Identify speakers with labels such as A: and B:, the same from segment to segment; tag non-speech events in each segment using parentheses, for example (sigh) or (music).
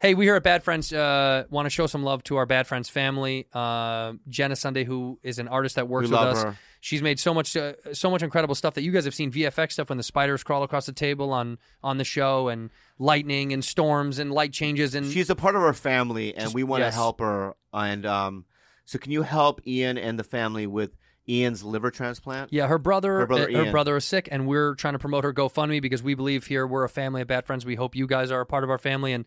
A: Hey, we here at Bad Friends uh, want to show some love to our Bad Friends family. Uh, Jenna Sunday, who is an artist that works
B: We
A: with
B: love
A: us,
B: her.
A: she's made so much, uh, so much incredible stuff that you guys have seen VFX stuff when the spiders crawl across the table on on the show, and lightning and storms and light changes and
B: She's a part of our family, and
A: Mm-hmm. Just-
B: we want to
A: yes.
B: help her. And um, so, can you help Ian and the family with Ian's liver transplant?
A: Yeah, her brother, uh,
B: Her
A: her
B: brother
A: brother,
B: Ian.
A: is sick, and we're trying to promote her GoFundMe because we believe here we're a family of bad friends. We hope you guys are a part of our family, and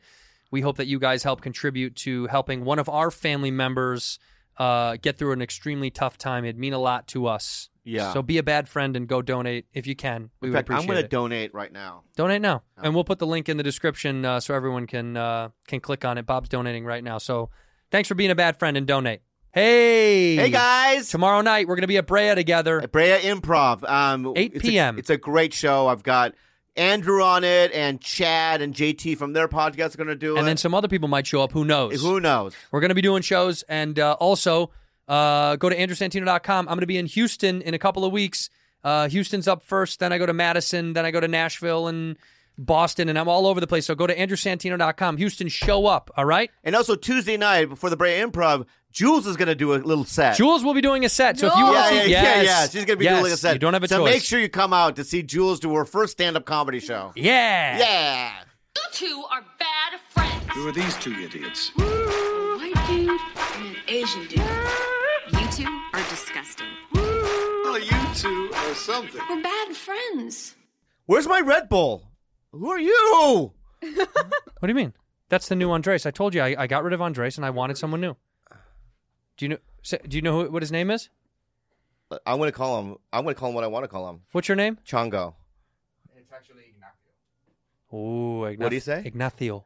A: we hope that you guys help contribute to helping one of our family members uh, get through an extremely tough time. It'd mean a lot to us.
B: Yeah.
A: So be a bad friend and go donate if you can. We
B: In
A: would
B: fact,
A: appreciate
B: I'm going to
A: it.
B: donate right now.
A: donate now, and we'll put the link in the description uh, so everyone can uh, can click on it. Bob's donating right now, so thanks for being a bad friend and donate. Hey,
B: Hey guys,
A: Tomorrow night we're gonna be at Brea together.
B: At Brea Improv. Um,
A: 8
B: it's a-
A: p.m..
B: It's a great show. I've got Andrew on it, and Chad and JT from their podcast are going to do it.
A: and then some other people might show up. Who knows?
B: Who knows?
A: We're going to be doing shows, and uh, also uh, go to andrewsantino.com. I'm going to be in Houston in a couple of weeks. Uh, Houston's up first, then I go to Madison, then I go to Nashville and Boston, and I'm all over the place. So go to andrewsantino.com. Houston, show up, all right?
B: And also Tuesday night before the Brea Improv, Jules is going to do a little set.
A: Jules will be doing a set. So if you
B: Yeah,
A: want to
B: yeah,
A: see,
B: yeah, yeah,
A: yes,
B: yeah. She's gonna be
A: yes,
B: doing a set.
A: You don't have a
B: so
A: choice.
B: make sure you come out to see Jules do her first stand-up comedy show.
A: yeah.
B: Yeah.
C: You two are bad friends.
D: Who are these two idiots?
C: White dude and an Asian dude.
E: You two are disgusting.
D: Well, you two are something.
C: We're bad friends.
B: Where's my Red Bull? Who are you?
A: What do you mean? That's the new Andres. I told you I, I got rid of Andres and I wanted someone new. Do you know? say- Do you know who, what his name is?
B: I'm going to call him. I'm going to call him what I want to call him.
A: What's your name?
B: Chongo.
A: Ooh, Ignacio.
B: What'd he say?
A: Ignacio.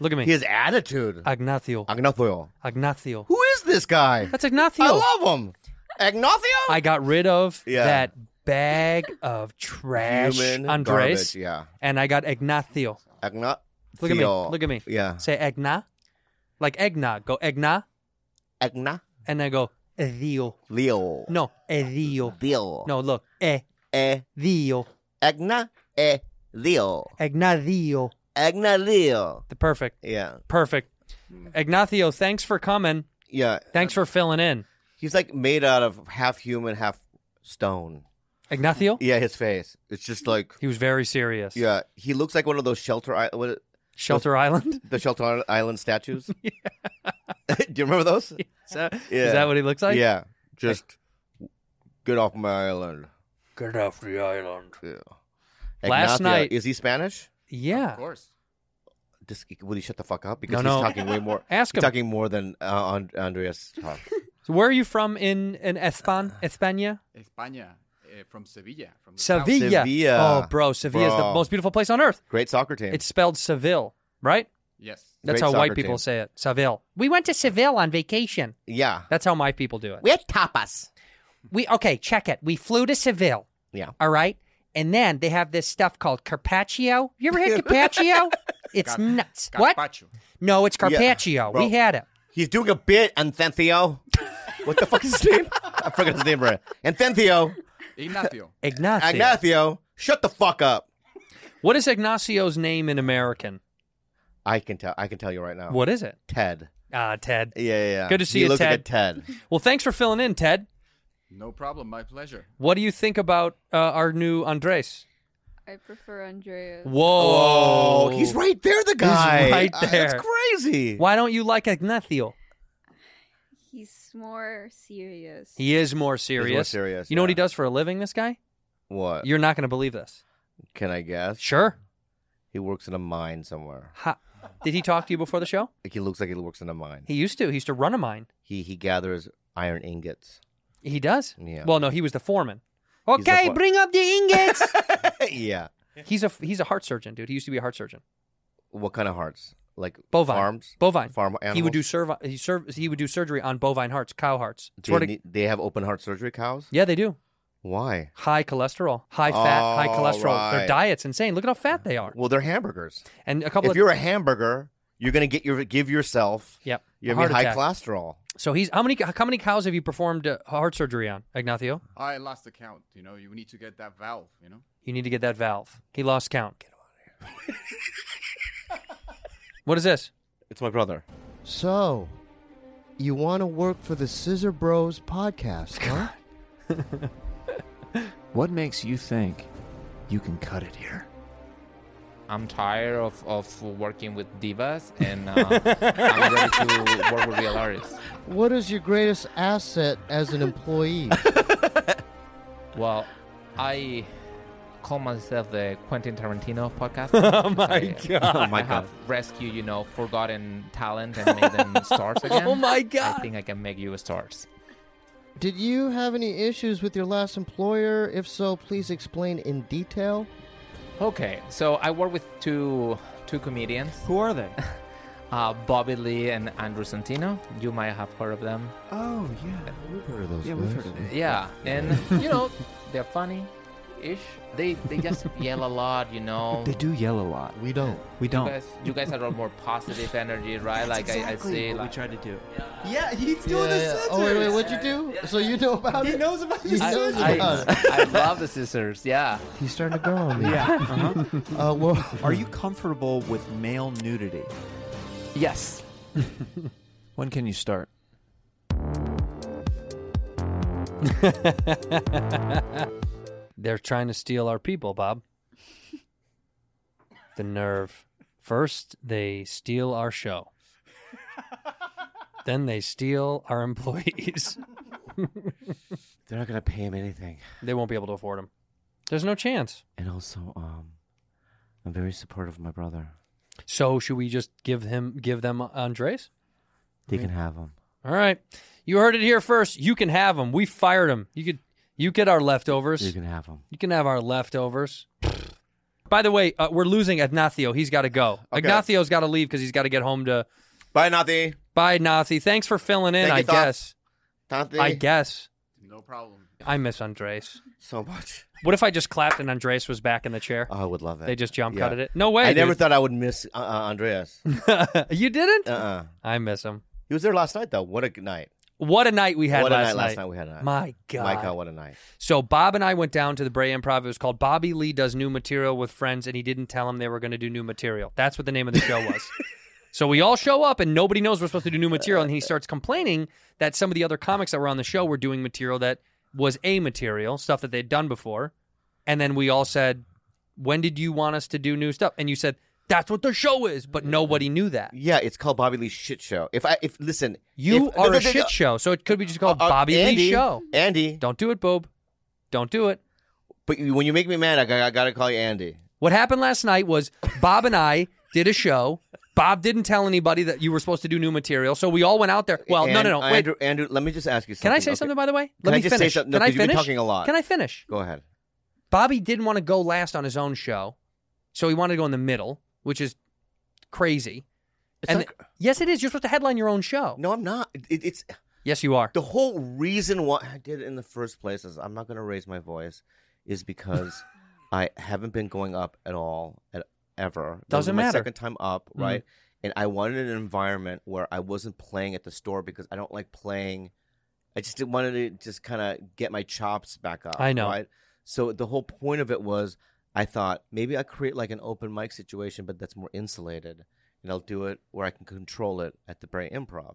A: Look
B: (laughs)
A: at me.
B: His attitude.
A: Ignacio.
B: Ignacio.
A: Ignacio.
B: Who is this guy?
A: That's Ignacio.
B: I love him. Ignacio?
A: I got rid of
B: Yeah.
A: that bag of trash,
B: Human
A: Andres,
B: garbage, yeah.
A: and I got Ignacio.
B: Ignacio.
A: Look at me. Look at me.
B: Yeah.
A: Say Egna. Like Egna. Go Egna.
B: Igna.
A: And I go Edio.
B: Leo.
A: No, Edio.
B: Leo.
A: No, look. E.
B: Eh.
A: Dio.
B: Igna. Eh. Leo.
A: Ignacio.
B: Igna Leo.
A: The perfect.
B: Yeah.
A: Perfect. Ignacio, thanks for coming.
B: Yeah.
A: Thanks for filling in.
B: He's like made out of half human, half stone.
A: Ignacio?
B: Yeah, his face. It's just like
A: He was very serious.
B: yeah. He looks like one of those shelter i- what,
A: Shelter Island?
B: the shelter Isl- island statues.
A: (laughs)
B: (laughs) Do you remember those?
A: Is that, is
B: Yeah.
A: that what he looks like?
B: yeah. Just get off my island.
A: Get off the island.
B: Yeah.
A: Last
B: Ignacio,
A: night-
B: is he Spanish?
A: Yeah.
B: Just, will he shut the fuck up? Because
A: No,
B: he's
A: no.
B: talking way more.
A: (laughs) Ask
B: he's
A: him.
B: talking more than uh, An- Andreas talk.
A: (laughs) So where are you from in in Espan, España?
F: España, eh, from Sevilla. From the south.
A: Sevilla.
B: Sevilla.
A: Oh, bro, Sevilla is
B: Bro.
A: the most beautiful place on earth.
B: Great soccer team.
A: It's spelled Seville, right?
F: Yes.
A: That's
B: Great
A: how white
B: soccer
A: people
B: team.
A: say it. Seville. We went to Seville on vacation.
B: yeah.
A: That's how my people do it.
B: We had tapas.
A: We okay, check it. We flew to Seville.
B: Yeah.
A: All right. And then they have this stuff called carpaccio. You ever had (laughs) carpaccio? It's nuts. What?
F: Gazpacho.
A: No, it's
B: Yeah.
A: carpaccio.
B: Bro.
A: We had it.
B: He's doing a bit,
A: (laughs)
B: Anthentio. what the fuck is his name? I forgot his name right. Anthentio,
F: Ignacio.
A: Ignacio.
B: Ignacio, shut the fuck up.
A: What is Ignacio's name in American?
B: I can tell. I can tell you right now.
A: What is it?
B: Ted.
A: Ah, Ted.
B: Yeah, yeah. yeah.
A: Good to see
B: he
A: you,
B: looks
A: Ted.
B: Like a Ted.
A: Well, thanks for filling in, Ted.
F: No problem. My pleasure.
A: What do you think about uh, our new Andres?
G: I prefer Andreas.
A: Whoa,
B: Oh, he's right there. The guy.
A: right
B: Uh,
A: there.
B: that's crazy.
A: Why don't you like Ignacio?
G: He's more serious.
A: He is more serious.
B: serious,
A: You know what
B: yeah.
A: he does for a living? This guy?
B: What?
A: You're not going to believe this.
B: can I guess?
A: Sure.
B: He works in a mine somewhere.
A: Ha. Did he talk to you before the show?
B: Like, He looks like he works in a mine.
A: He used to. He used to run a mine.
B: He he gathers iron ingots. (laughs)
A: He does.
B: Yeah.
A: Well, no, he was the foreman.
B: He's the
A: Okay,
B: fo-
A: bring up the ingots.
B: (laughs) yeah.
A: he's a he's a heart surgeon, dude. He used to be a heart surgeon.
B: What kind of hearts? like
A: Bovine
B: farms.
A: Bovine.
B: farm
A: He would do
B: animals?
A: serv- he, serv- he would do surgery on bovine hearts, cow hearts.
B: Do
A: Swear
B: they,
A: to-
B: need- they have open heart surgery cows?
A: yeah, they do.
B: Why?
A: High cholesterol, high fat, high
B: Oh,
A: cholesterol. Their
B: right.
A: diet's insane. Look at how fat they are.
B: Well, they're hamburgers.
A: And a couple
B: If
A: of
B: you're a hamburger, you're gonna get your give yourself.
A: Yep.
B: You
A: a
B: know what I mean
A: heart
B: high
A: attack.
B: cholesterol.
A: So he's how many how many cows have you performed uh, heart surgery on, Ignacio?
F: I lost the count. You know, you need to get that valve. You know.
A: You need to get that valve. He lost count. Get out of here. what is this?
B: It's my brother.
H: So, you want to work for the Scissor Bros podcast, huh? (laughs)
I: What makes you think you can cut it here?
J: I'm tired of, of working with divas and uh, I'm ready to work with real artists.
H: what is your greatest asset as an employee?
J: Well, I call myself the Quentin Tarantino of podcast. oh my god!
B: Oh my
J: (laughs) I
B: god.
J: have rescued, you know, forgotten talent and made them stars again.
A: Oh my
J: I
A: God.
J: think I can make you stars.
H: Did you have any issues with your last employer? If so, please explain in detail.
J: Okay, so I work with two two comedians,
I: Who are they?
J: uh, Bobby Lee and Andrew Santino. You might have heard of them.
I: Oh, yeah.
H: We've heard of those
I: Yeah, we've heard of them.
J: Yeah, and you know, they're funny. Ish. They they just yell a lot, you
H: (laughs)
J: know.
I: They do yell a lot.
H: We don't.
I: We
J: You
I: don't.
J: guys, you guys are all more positive energy, right? like I, I see,
I: what we
J: like
I: tried to do.
H: Yeah, he's doing the scissors. Oh wait, wait, what'd you do? So you know about it? He knows about the
J: I,
K: (laughs)
J: I, I love the scissors. Yeah,
H: He's starting to grow on me. (laughs)
I: Yeah. Uh-huh.
H: Uh, well,
I: Are you comfortable with male nudity?
J: yes.
I: When can you start?
A: They're trying to steal our people, Bob. the nerve. First, they steal our show. then they steal our employees.
B: They're not gonna pay him anything.
A: they won't be able to afford them. There's no chance.
B: And also, um, I'm very supportive of my brother.
A: So should we just give him give them Andres?
B: They can have him.
A: All right. You heard it here first. You can have them. We fired them. You could you get our leftovers.
B: You can have him.
A: You can have our leftovers. By the way, uh, we're losing Ignacio. He's got to go. Ignacio's got to leave because he's got to get home to.
B: Bye, Nati.
A: Bye, Nathi. Thanks for filling in.
B: Thank
A: I
B: you, Doc.
A: guess.
B: Nati.
A: I guess.
F: No problem.
A: I miss Andres.
B: so much.
A: What if I just clapped and Andres was back in the chair?
B: Oh, I would love that.
A: They just jump
B: Yeah.
A: cutted it. No way.
B: I never
A: dude.
B: thought I would miss uh, uh,
A: (laughs)
B: Andreas. Uh
A: you didn't.
B: uh
A: I miss him.
B: He was there last night, though. What a night.
A: What a night we had
B: what a
A: last
B: night last night we had. A night.
A: My God.
B: My God, what a night.
A: So Bob and I went down to the Bray Improv. It was called Bobby Lee Does New Material with Friends, and he didn't tell them they were going to do new material. That's what the name of the show
B: (laughs)
A: was. so we all show up, and nobody knows we're supposed to do new material, and he starts complaining that some of the other comics that were on the show were doing material that was A material, stuff that they'd done before. And then we all said, When did you want us to do new stuff? And you said, That's what the show is, but nobody knew that.
B: Yeah, it's called Bobby Lee's Shit Show. If I, if listen,
A: You
B: if-
A: are
B: no, no,
A: a
B: no, no.
A: shit show, so it could be just called
B: Uh, uh,
A: Bobby
B: Andy,
A: Lee Show.
B: Andy,
A: Don't do it, Boob. Don't do it.
B: but you- when you make me mad, I, got- I gotta call you Andy.
A: What happened last night was Bob and I did a show. Bob didn't tell anybody that you were supposed to do new material, so we all went out there. Well, no,
B: And-
A: no, no. Wait,
B: Andrew, Andrew, let me just ask you. something.
A: can I say
B: Okay.
A: something by the way?
B: Can
A: Let
B: I
A: me
B: just say
A: finish.
B: something? No,
A: Can I
B: 'cause you've been
A: finish?
B: talking a lot.
A: Can I finish?
B: Go ahead.
A: Bobby didn't want to go last on his own show, so he wanted to go in the middle, which is crazy.
B: It's
A: and
B: not-
A: th- yes, it is. You're supposed to headline your own show.
B: No, I'm not. It, it's
A: Yes, you are.
B: the whole reason why I did it in the first place is I'm not going to raise my voice is
A: (laughs)
B: because I haven't been going up at all at, ever. This was
A: Doesn't
B: my
A: matter. Mm-hmm.
B: second time up, right? And I wanted an environment where I wasn't playing at the store because I don't like playing. I just didn't wanted to just kind of get my chops back up.
A: I know.
B: Right? So the whole point of it was I thought maybe I create like an open mic situation, but that's more insulated, and I'll do it where I can control it at the Bray Improv.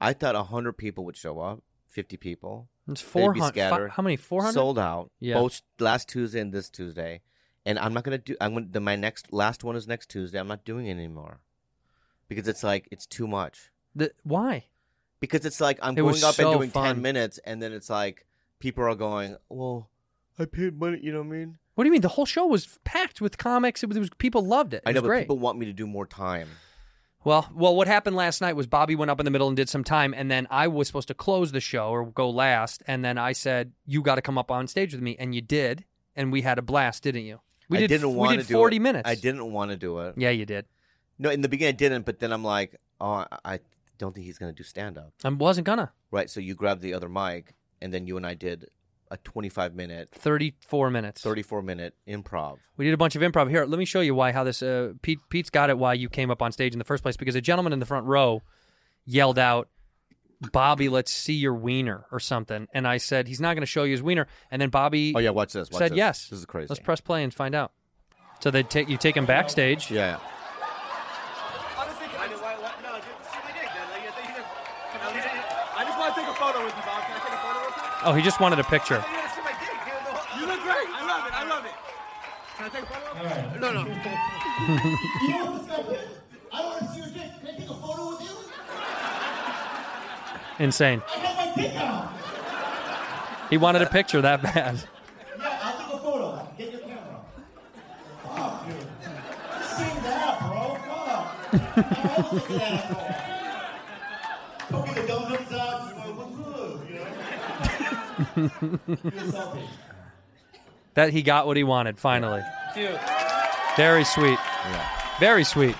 B: I thought hundred people would show up, fifty people,
A: It's
B: They'd be
A: four hundred.
B: scattered.
A: How many? Four hundred.
B: sold out
A: Yeah.
B: both last Tuesday and this Tuesday. And I'm not gonna do. I'm gonna the, my next last one is next Tuesday. I'm not doing it anymore because it's like it's too much.
A: The- why?
B: Because it's like I'm
A: It was
B: going up
A: so
B: and doing
A: fun.
B: ten minutes, and then it's like people are going, well, I paid money. You know what I mean?
A: What do you mean? The whole show was packed with comics. It was people loved it. it
B: I know,
A: was
B: but
A: great.
B: people want me to do more time.
A: Well, well, what happened last night was Bobby went up in the middle and did some time, and then I was supposed to close the show or go last, and then I said, "You got to come up on stage with me," and you did, and we had a blast, didn't you? We
B: I
A: did.
B: didn't
A: we
B: want
A: did
B: to do
A: forty
B: it.
A: minutes.
B: I didn't want to do it.
A: Yeah, you did.
B: No, in the beginning I didn't, but then I'm like, oh, I- I don't think he's gonna do stand up.
A: I wasn't gonna.
B: Right. So you grabbed the other mic, and then you and I did a 25 minute,
A: 34 minutes.
B: 34 minute improv.
A: We did a bunch of improv. Here, let me show you why how this uh, Pete Pete's got it. Why you came up on stage in the first place? Because a gentleman in the front row yelled out, "Bobby, let's see your wiener" or something. And I said, "He's not going to show you his wiener." And then Bobby,
B: Oh yeah, watch this. Watch
A: said
B: this.
A: yes.
B: This is crazy.
A: Let's press play and find out. So they take you take him backstage.
B: Yeah.
L: Honestly, can I just, why, why, no, just shoot my dick. Then. Like, I, think you can, I, just, I just want to take a photo with you, Bob. Can I take a photo real quick?
A: Oh, he just wanted a picture.
L: You gotta shoot my dick. You, know, you look great. I love it. I love it. Can I take a photo? No, no.
M: you know what's gonna win? I want to see your dick. Can I take a photo with you?
A: Insane.
M: I have my dick out.
A: He wanted a picture that (laughs) bad.
M: Yeah, I'll take a photo. Get your camera. Fuck, dude. Just sing that, bro. Fuck. I won't look at that. Poking the gum gums out. Just going, what's up? You know? Get a selfie.
A: that he got what he wanted finally.
M: Dude.
A: Very sweet. Very sweet.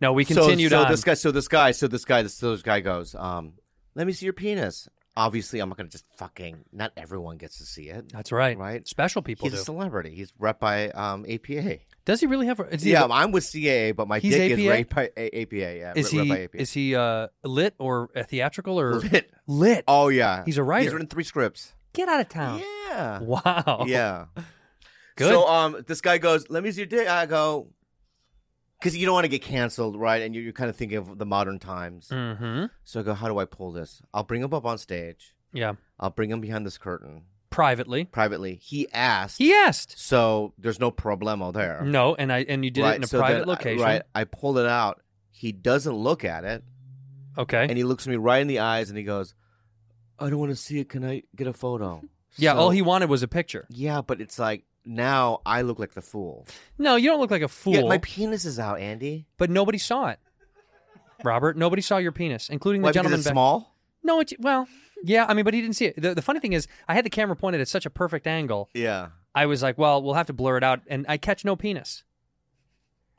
A: No, we continued
B: so, so
A: on.
B: this guy, so this guy, so this guy, this, so this guy goes, um, let me see your penis. Obviously, I'm not going to just fucking. Not everyone gets to see it.
A: That's right.
B: Right.
A: Special people
B: He's a
A: do.
B: celebrity. He's rep by um, APA.
A: Does he really have? Is he,
B: yeah, I'm with CAA, but my
A: He's
B: dick is
A: APA?
B: raped by A- APA. Yeah,
A: is
B: rep
A: he
B: by APA.
A: is he uh, lit or uh, theatrical
B: (laughs)
A: or
B: Lit.
A: Lit.
B: (laughs) Oh yeah,
A: He's a writer.
B: He's written three scripts.
A: Get out of town.
B: Yeah.
A: (laughs) Wow.
B: Yeah.
A: Good.
B: So um, this guy goes, "Let me see your dick." I go, because you don't want to get canceled, right? And you're, you're kind of thinking of the modern times.
A: Mhm.
B: So I go, "How do I pull this? I'll bring him up on stage.
A: Yeah.
B: I'll bring him behind this curtain
A: privately.
B: Privately, he asked.
A: He asked.
B: So there's no problemo there.
A: No, and I and you did it in a
B: Oh. so
A: private
B: then I-
A: location.
B: right. I pull it out. He doesn't look at it.
A: Okay.
B: And he looks me right in the eyes and he goes, I don't want to see it. Can I get a photo?
A: (laughs) Yeah,
B: So-
A: all he wanted was a picture.
B: Yeah, but it's like now I look like the fool.
A: No, you don't look like a fool.
B: Yeah, my penis is out, Andy.
A: But nobody saw it. Robert, nobody saw your penis, including the
B: Why, because
A: gentleman.
B: it's
A: back-
B: small?
A: No, it well, yeah. I mean, but he didn't see it. The, the funny thing is, I had the camera pointed at such a perfect angle.
B: Yeah.
A: I was like, well, we'll have to blur it out, and I catch no penis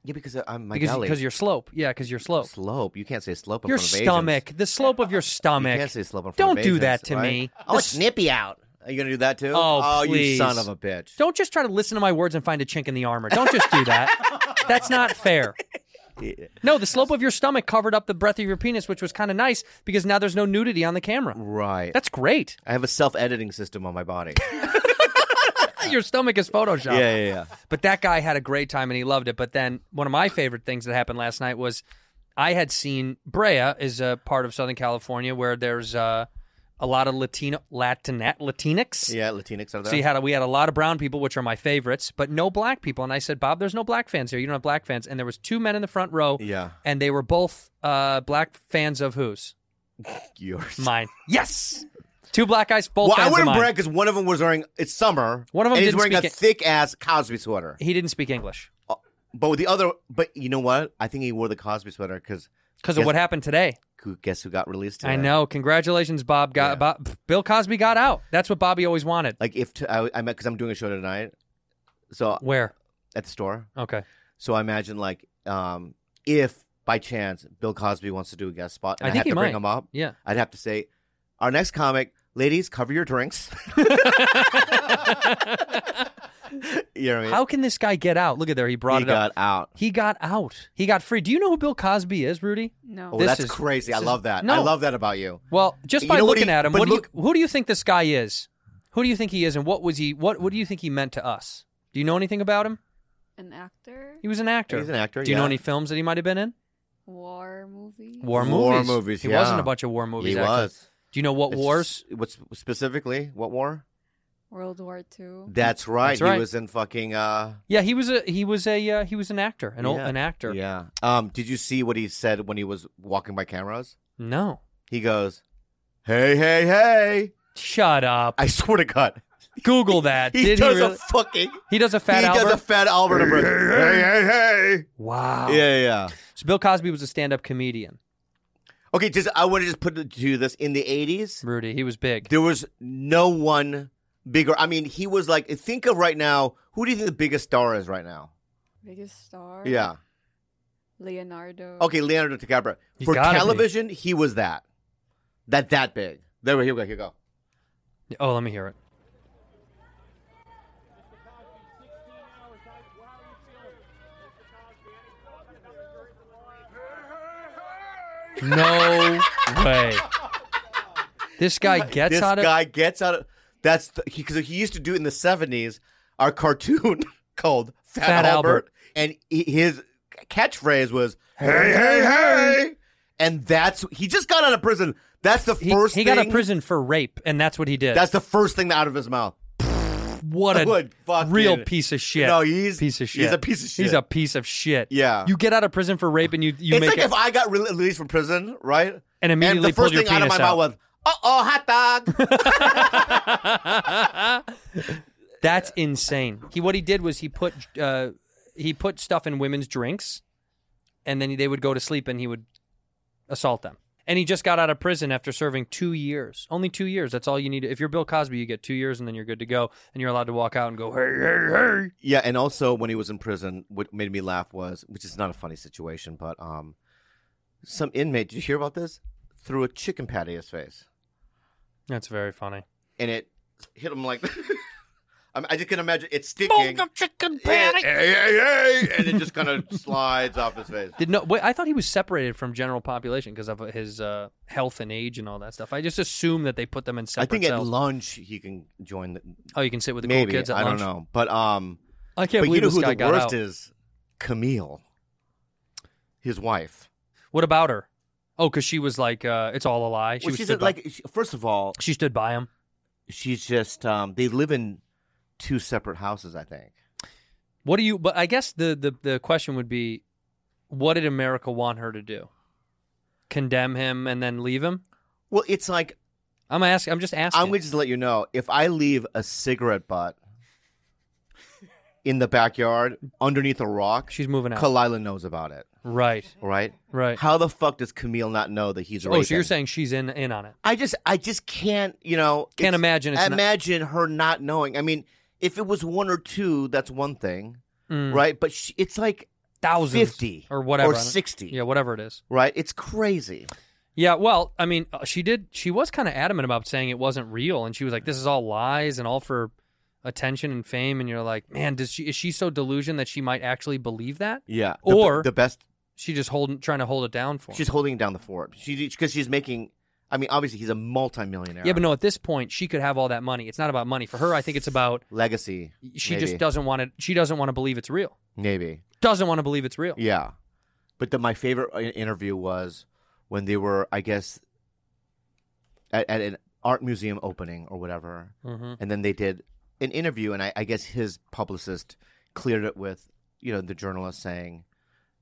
B: Yeah, because uh, I'm my
A: because
B: belly.
A: because your slope. Yeah, because your slope.
B: Slope. You can't say slope in
A: Your
B: front of Asians.
A: stomach. The slope of your stomach.
B: You can't say slope in front
A: Don't
B: of
A: do
B: Asians,
A: that to
B: right?
A: me.
B: Oh, it's nippy out. Are you gonna do that too?
A: Oh,
B: you
A: please.
B: son of a bitch.
A: Don't just try to listen to my words and find a chink in the armor. Don't just do
B: (laughs)
A: that. That's not fair. No, the slope of your stomach covered up the breadth of your penis, which was kind of nice because now there's no nudity on the camera.
B: Right.
A: That's great.
B: I have a self-editing system on my
A: (laughs)
B: body.
A: Your stomach is photoshopped.
B: Yeah, yeah, yeah.
A: But that guy had a great time and he loved it. But then one of my favorite things that happened last night was I had seen Brea is a part of Southern California where there's uh, a lot of Latino Latinat Latinx.
B: yeah, Latinx are there. (laughs)
A: So you had a, we had a lot of brown people, which are my favorites, but no black people. And I said, Bob, there's no black fans here. You don't have black fans. And there was two men in the front row.
B: Yeah.
A: and they were both uh, black fans of whose?
B: Yours. (laughs)
A: Mine. Yes. Two black guys, both.
B: well, I
A: fans of
B: wouldn't
A: mine.
B: brag because one of them was wearing it's summer.
A: One of 'em
B: and he's
A: didn't
B: wearing a
A: speak it-
B: thick ass Cosby sweater.
A: He didn't speak English.
B: But with the other, but you know what? I think he wore the Cosby sweater because
A: 'Cause of what happened today.
B: Guess who got released? Today?
A: I know. Congratulations, Bob. Got Bob, Bill Cosby got out. That's what Bobby always wanted.
B: Like if t- I, I'm because I'm doing a show tonight. So
A: where
B: at the store?
A: Okay.
B: So I imagine like um if by chance Bill Cosby wants to do a guest spot, and
A: I
B: I,
A: think
B: have
A: he
B: to bring
A: might.
B: him up.
A: Yeah.
B: I'd have to say, our next comic, ladies, cover your
A: (laughs)
B: drinks. (laughs) you know what I mean?
A: How can this guy get out? Look at there. He brought
B: He
A: it up.
B: got out.
A: He got out. He got free. Do you know who Bill Cosby is, Rudy?
G: No.
B: Oh,
A: This
B: that's
A: is-
B: crazy. I
A: this is-
B: love that. I
A: No.
B: love that about you.
A: Well, just
B: You
A: by
B: know what
A: looking
B: he-
A: at him,
B: but
A: what
B: look-
A: do you, who do you think this guy is? Who do you think he is, and what was he? What What do you think he meant to us? Do you know anything about him?
G: An actor?
A: He was an actor.
B: He's an actor,
A: Do you know
B: yeah.
A: any films that he might have been in?
G: War movie?
A: War movies.
B: War movies,
A: He
B: yeah.
A: wasn't a bunch of war movies.
B: He
A: actually.
B: was.
A: Do you know what
B: It's-
A: wars?
B: What's specifically what war?
G: World War Two.
B: That's right.
A: That's right.
B: He was in fucking. uh
A: Yeah, he was a he was a uh, he was an actor, an old,
B: yeah.
A: an actor.
B: Yeah. Um. Did you see what he said when he was walking by cameras?
A: No.
B: He goes, "Hey, hey, hey!"
A: Shut up!
B: I swear to God.
A: Google that.
B: (laughs) He
A: Uh, Did
B: does
A: he really?
B: a fucking.
A: He does a fat
B: he
A: Albert.
B: does a fat Albert. Hey, hey, hey, hey!
A: wow.
B: Yeah, yeah.
A: So Bill Cosby was a stand-up comedian.
B: Okay, just I want to just put it to this in the eighties.
A: Rudy, he was big.
B: There was no one bigger. I mean, he was like think of right now. Who do you think the biggest star is right now?
G: Biggest star?
B: Yeah,
G: Leonardo.
B: Okay, Leonardo DiCaprio.
G: He's
B: For
G: gotta be.
B: television, he was that. That that big. There we here we go. Here we go.
A: Oh, let me hear it. No way. This guy gets
B: this
A: out of-
B: guy gets out of that's because he, used to do in the seventies our cartoon (laughs) called Fat,
A: Fat
B: Albert,
A: Albert.
B: and he, his catchphrase was "Hey hey hey," and that's he just got out of prison. That's the first
A: He got out
B: thing-
A: of prison for rape, and that's what he did.
B: That's the first thing out of his mouth.
A: what a
B: Good fucking-
A: real piece of shit.
B: No, he's
A: piece of shit.
B: He's a piece of shit.
A: He's a piece of shit.
B: Yeah.
A: You get out of prison for rape, and you you
B: it's
A: make
B: like
A: it,
B: if I got re- released from prison, right?
A: and immediately
B: the first
A: pulled your
B: thing out of my
A: penis
B: mouth was, "Uh oh, hot
A: (laughs)
B: dog."
A: That's insane. He what he did was he put uh, he put stuff in women's drinks, and then they would go to sleep, and he would assault them. And he just got out of prison after serving two years. Only two years. That's all you need. If you're Bill Cosby, you get two years, and then you're good to go, and you're allowed to walk out and go, hey, hey, hey.
B: Yeah, and also when he was in prison, what made me laugh was, which is not a funny situation, but um, some inmate. Did you hear about this? Threw a chicken patty at his face,
A: That's very funny.
B: and it hit him like. (laughs) I'm, I just can imagine it sticking.
A: chicken
B: patty. Hey, hey, hey, and it just kind of slides off his face.
A: Did no? Wait, I thought he was separated from general population because of his uh, health and age and all that stuff. I just assumed that they put them in
B: I
A: separate
B: think at
A: cells.
B: lunch he can join the.
A: Oh, you can sit with the cool
B: maybe,
A: kids at
B: I
A: lunch?
B: don't know, but um,
A: I can't
B: but
A: believe
B: you know
A: this
B: who
A: guy
B: the
A: got
B: worst
A: out.
B: is Camille, his wife.
A: What about her? Oh, because she was like, uh, it's all a lie. She
B: Well,
A: was
B: she's
A: stood
B: a-
A: by-
B: like, she- first of all,
A: she stood by him.
B: She's just um, they live in two separate houses, I think.
A: What do you? But I guess the, the the question would be, what did America want her to do? Condemn him and then leave him?
B: Well, it's like
A: I'm asking. I'm just asking.
B: I'm going to just let you know if I leave a cigarette butt in the backyard underneath a rock,
A: she's moving out.
B: Kalila knows about it,
A: right.
B: right?
A: Right.
B: How the fuck does Camille not know that he's?
A: Oh, so
B: raping?
A: you're saying she's in in on it?
B: I just I just can't, you know,
A: Can't imagine it's not-
B: imagine her not knowing. I mean, if it was one or two, that's one thing,
A: Mm.
B: right? But she, it's like
A: Thousands
B: 50
A: or whatever
B: or
A: I don't-
B: 60.
A: Yeah, whatever it is.
B: Right? It's crazy.
A: Yeah, well, I mean, uh, she did. She was kind of adamant about saying it wasn't real, and she was like, "This is all lies and all for attention and fame." And you're like, "Man, does she is she so delusion that she might actually believe that?"
B: Yeah. The-
A: or
B: the best
A: she just holding trying to hold it down for. him.
B: She's holding down the fort. She because she's making. I mean, obviously he's a multimillionaire.
A: yeah, but no, at this point, she could have all that money. It's not about money for her. I think it's about
B: legacy.
A: she just
B: maybe.
A: doesn't want to. She doesn't want to believe it's real.
B: Maybe.
A: Doesn't want to believe it's real.
B: Yeah, but the, my favorite i- interview was when they were, I guess, at, at an art museum opening or whatever,
A: Mhm.
B: and then they did an interview, and I, I guess his publicist cleared it with you know the journalist saying,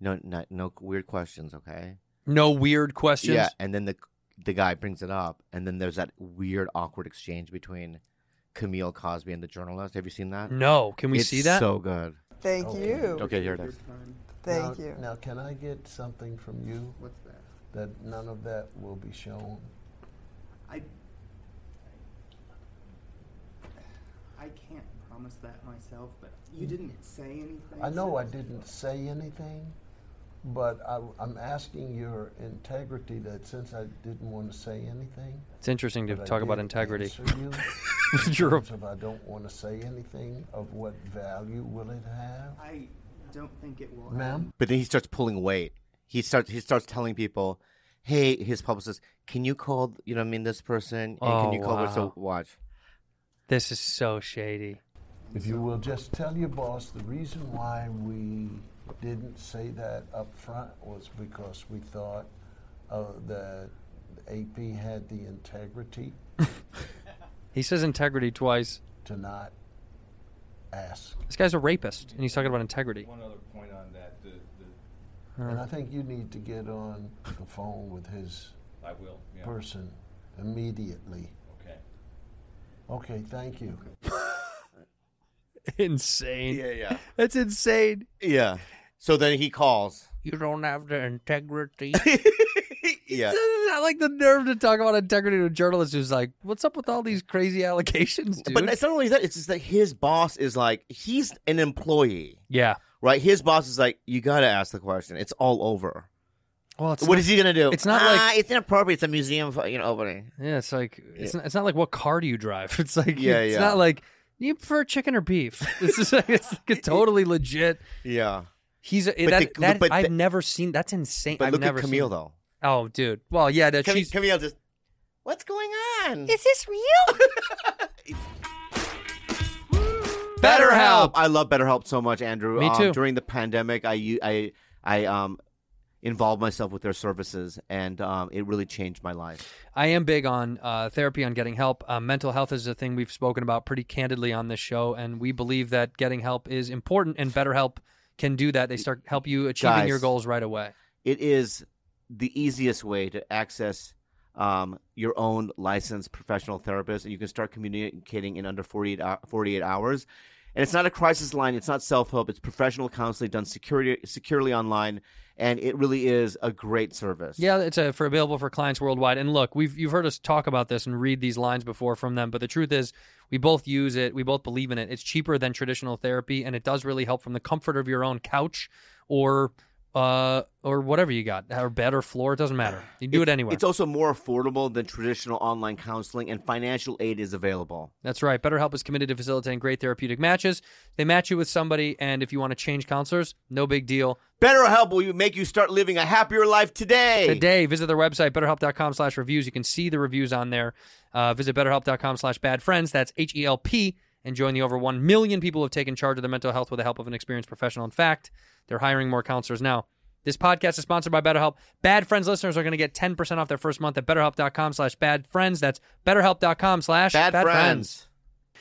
B: no, no, no weird questions, okay?
A: No weird questions.
B: Yeah, and then the the guy brings it up, and then there's that weird, awkward exchange between Camille Cosby and the journalist. Have you seen that?
A: No. Can Mm, we
B: It's
A: see that?
B: So good.
N: Thank you.
B: Okay, here it is.
N: Thank
O: Now-
N: you.
O: Now, can I get something from you? What's that? That none of that will be shown.
P: I. I can't promise that myself, but you didn't say anything.
O: I know I didn't say anything, but I, am asking your integrity that since I didn't want to say anything.
A: It's interesting to
O: but I
A: talk about
O: did
A: (laughs) integrity.
O: answer you, in
A: You're a-
O: terms of I don't want to say anything, of what value will it have?
P: I don't think it will.
O: Ma'am?
B: But then he starts pulling weight. He starts he starts telling people, "Hey, his publicist, can you call you know what I mean this person and
A: Oh,
B: can you call this?" So
A: wow.
B: watch.
A: This is so shady.
O: If you will just tell your boss the reason why we didn't say that up front was because we thought uh, that AP had the integrity
A: He says integrity twice.
O: to not ask.
A: This guy's a rapist, and he's talking about integrity.
O: One other point on that.
A: All
O: And I
A: right.
O: think you need to get on the phone with his
Q: I will, yeah.
O: person immediately.
Q: Okay.
O: Okay, thank you.
A: (laughs) insane.
B: Yeah, yeah.
A: That's insane.
B: Yeah. So then he calls.
A: You don't have the (laughs) integrity.
B: Yeah.
A: I like the nerve to talk about integrity to a journalist who's like, "What's up with all these crazy allegations, dude?"
B: But it's not only that; it's just that his boss is like he's an employee.
A: yeah,
B: right? His boss is like, you got to ask the question. It's all over.
A: Well, it's
B: What
A: not-
B: is he gonna do?
A: it's not
B: "Ah,
A: like-
B: it's inappropriate. It's a museum, fu- you know, opening.
A: Yeah, it's like it's not, it's not like what car do you drive? (laughs) It's like
B: Yeah,
A: it's
B: yeah.
A: not like you prefer chicken or beef. (laughs) This is like, it's
B: (laughs)
A: like a totally legit.
B: Yeah,
A: he's a,
B: But
A: that,
B: the-
A: that-
B: but
A: I've
B: the-
A: never seen. That's insane.
B: But
A: I've
B: look at
A: never
B: Camille,
A: seen-
B: though.
A: Oh, dude. Well, yeah, that
B: Cam-
A: she's
B: Camille just What's going on?
N: Is this real?
B: BetterHelp. I love BetterHelp so much, Andrew.
A: Me
B: Um,
A: too.
B: during the pandemic, I u- I I um involved myself with their services, and um, it really changed my life.
A: I am big on uh, therapy, on getting help. Uh, mental health is a thing we've spoken about pretty candidly on this show, and we believe that getting help is important, and BetterHelp can do that. They start help you achieving
B: Guys.
A: your goals right away.
B: It is the easiest way to access um, your own licensed professional therapist, and you can start communicating in under 48, hou- 48 hours. And it's not a crisis line. It's not self help. It's professional counseling done security, securely online, and it really is a great service.
A: Yeah, it's uh for available for clients worldwide. And look, we've you've heard us talk about this and read these lines before from them, but the truth is, we both use it. We both believe in it. It's cheaper than traditional therapy, and it does really help from the comfort of your own couch or uh or whatever you got, or bed or floor. It doesn't matter. You can do it, anywhere.
B: It's also more affordable than traditional online counseling, and financial aid is available.
A: That's right. BetterHelp is committed to facilitating great therapeutic matches. They match you with somebody, and if you want to change counselors, no big deal.
B: BetterHelp will you- make you start living a happier life today.
A: Today, visit their website, betterhelp.com slash reviews. You can see the reviews on there. Uh, visit betterhelp.com slash bad friends. That's H E L P. And join the over 1 million people who have taken charge of their mental health with the help of an experienced professional. In fact, they're hiring more counselors now. This podcast is sponsored by BetterHelp. Bad Friends listeners are going to get 10% off their first month at betterhelp.com slash bad friends. That's betterhelp.com slash bad friends.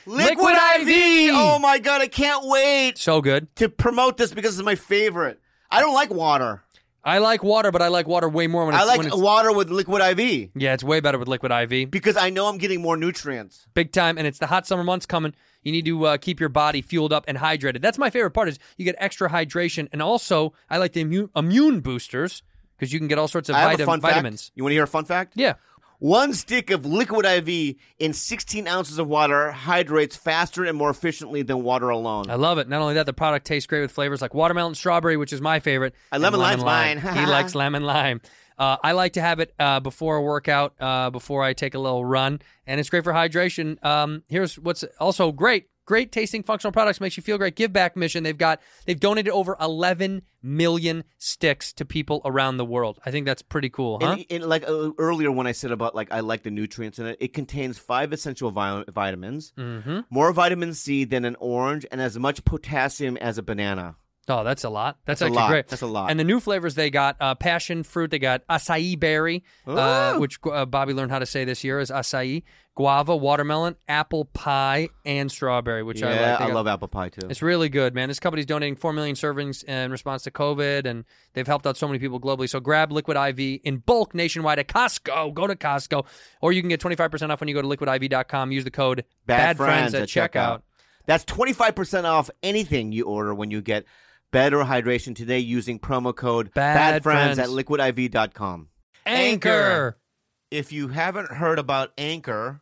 B: Liquid,
A: Liquid
B: IV!
A: IV!
B: Oh my god, I can't wait
A: So good.
B: to promote this because it's my favorite. I don't like water.
A: I like water, but I like water way more when
B: I
A: it's
B: like
A: when it's,
B: water with liquid IV
A: Yeah, it's way better with liquid IV.
B: because I know I'm getting more nutrients.
A: big time and it's the hot summer months coming you need to uh, keep your body fueled up and hydrated that's my favorite part is you get extra hydration and also i like the immune, immune boosters because you can get all sorts of
B: I have
A: vitam-
B: a fun
A: vitamins
B: fact. You want to hear a fun fact?
A: Yeah.
B: One stick of liquid IV in 16 ounces of water hydrates faster and more efficiently than water alone.
A: i love it not only that the product tastes great with flavors like watermelon and strawberry which is my favorite
B: I-
A: and
B: lemon lime's
A: lime.
B: mine. (laughs)
A: he likes lemon lime uh, i like to have it uh, before a workout uh, before i take a little run and it's great for hydration um, here's what's also great great tasting functional products makes you feel great give back mission they've got they've donated over 11 million sticks to people around the world i think that's pretty cool huh
B: And, and like uh, earlier when I said about like I like the nutrients in it, it contains five essential vi- vitamins,
A: Mhm.
B: more vitamin C than an orange, and as much potassium as a banana.
A: Oh, that's a lot. That's,
B: That's a
A: actually
B: lot.
A: great.
B: That's a lot.
A: And the new flavors they got uh, passion fruit. They got acai berry, uh,
B: Ooh.
A: which uh, Bobby learned how to say this year is acai, guava, watermelon, apple pie, and strawberry, which I
B: Yeah,
A: like. They
B: I
A: got-
B: love apple pie, too.
A: It's really good, man. This company's donating four million servings in response to COVID, and they've helped out so many people globally. So grab Liquid IV in bulk nationwide at Costco. Go to Costco, or you can get twenty five percent off when you go to liquidiv.com. Use the code
B: Bad,
A: badfriends
B: friends,
A: at checkout.
B: That's 25% off anything you order when you get better hydration today using promo code
A: Bad
B: badfriends at
A: Friends.
B: liquidiv.com.
A: Anchor.
B: If you haven't heard about Anchor,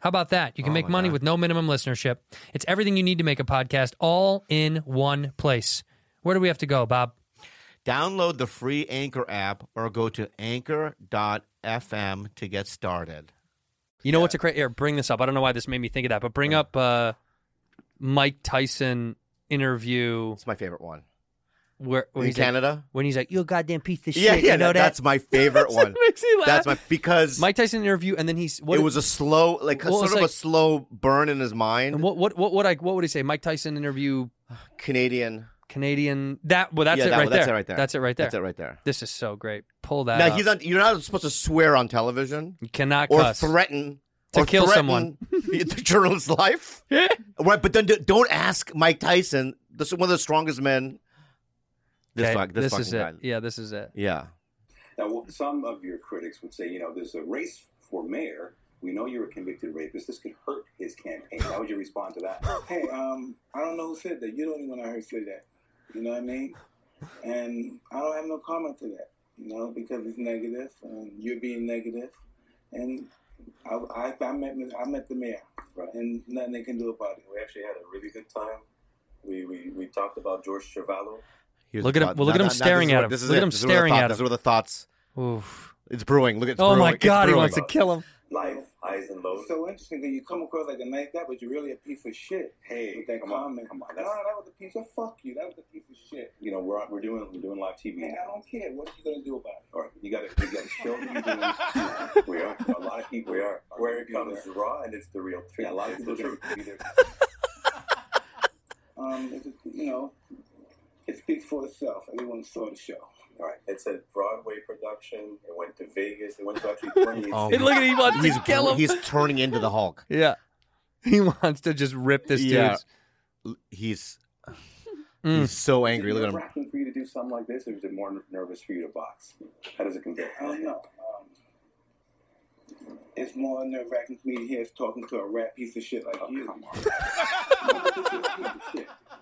A: How about that? You can make money with no minimum listenership. It's everything you need to make a podcast all in one place. Where do we have to go, Bob?
B: Download the free Anchor app or go to anchor.fm to get started.
A: You know what's a great here? Bring this up. I don't know why this made me think of that, but bring up uh, Mike Tyson interview. It's
B: my favorite one.
A: Where, where
B: In
A: he's like-
B: Canada?
A: when he's like, "You a goddamn piece of
B: Yeah,
A: shit."
B: yeah,
A: you know
B: that-
A: (laughs) that?
B: that's my favorite
A: That's
B: one.
A: what makes me laugh.
B: That's my because
A: Mike Tyson interview, and then he's what
B: it was a slow, like
A: Well,
B: sort
A: it's
B: of a
A: like-
B: slow burn in his mind.
A: And what what what would I what would he say? Mike Tyson interview
B: Canadian.
A: Canadian that well that's
B: Yeah,
A: it
B: that
A: right
B: one-
A: there.
B: that's it right there.
A: That's it right there. Uh,
B: That's it right there.
A: This is so great. Pull that.
B: Now
A: up.
B: he's on. You're not supposed to swear on television.
A: You cannot
B: or
A: cuss.
B: threaten
A: To
B: or
A: kill
B: threaten
A: someone.
B: (laughs) the journalist's life. right, but then d- don't ask Mike Tyson. This is one of the strongest men. This
A: Okay,
B: fuck- this
A: this is it.
B: fucking guy.
A: Yeah, this is it.
B: Yeah.
N: Now, wh- some of your critics would say, you know, there's a race for mayor. We know you're a convicted rapist. This could hurt his campaign. How would you respond to that?
Q: Hey, um, I don't know who said that. You're the only one I heard say that. You know what I mean? And I don't have no comment to that. You know, because it's negative, and you're being negative, and I, I, I met I met the mayor, and nothing they can do about it.
N: We actually had a really good time. We, we, we talked about George Cervalo.
B: Here's
A: Look
B: the
A: at him-
B: thought.
A: well, look
B: Now-
A: at him
B: now- now this
A: staring
B: is
A: at
B: what-
A: him.
B: This is
A: Look at
B: it.
A: him
B: This is where the
A: staring
B: thought-
A: at
B: This is
A: him.
B: where the thoughts.
A: Oof.
B: It's brewing. Look at it's
A: Oh my
B: brewing. It's
A: God, he
B: brewing.
A: wants to kill him.
N: Life, highs and lows.
Q: It's so interesting that you come across like a nice guy, but you're really a piece of shit.
N: Hey,
Q: with that
N: come on,
Q: comment.
N: come on,
Q: no,
N: that's-
Q: that was a piece of fuck you. That was a piece of shit.
N: You know, we're, we're doing we're doing live TV
Q: Man,
N: now.
Q: I don't care. What are you gonna do about it?
N: All right, you got to you got to show that you're
Q: (laughs)
N: doing we are. A lot of people we are. Where it comes raw and it's the real truth. Yeah, a lot of people are (laughs)
Q: Um, it's, you know, it speaks for itself. Everyone saw the show.
N: All right, it's a Broadway production. It went to Vegas. It went to actually 28
A: (laughs)
B: Oh,
N: cities.
B: my- he's, He's turning into the Hulk.
A: Yeah. (laughs) He wants to just rip this
B: yeah.
A: dude's.
B: L- He's
A: Mm.
B: he's so angry. Look at him.
N: Is it nerve-wracking for you to do something like this, or is it more ner- nervous for you to box? How does it compare?
Q: I don't know. Um, it's more nerve wracking for me to hear us talking to a rat piece of shit like
N: Oh,
Q: you. (laughs)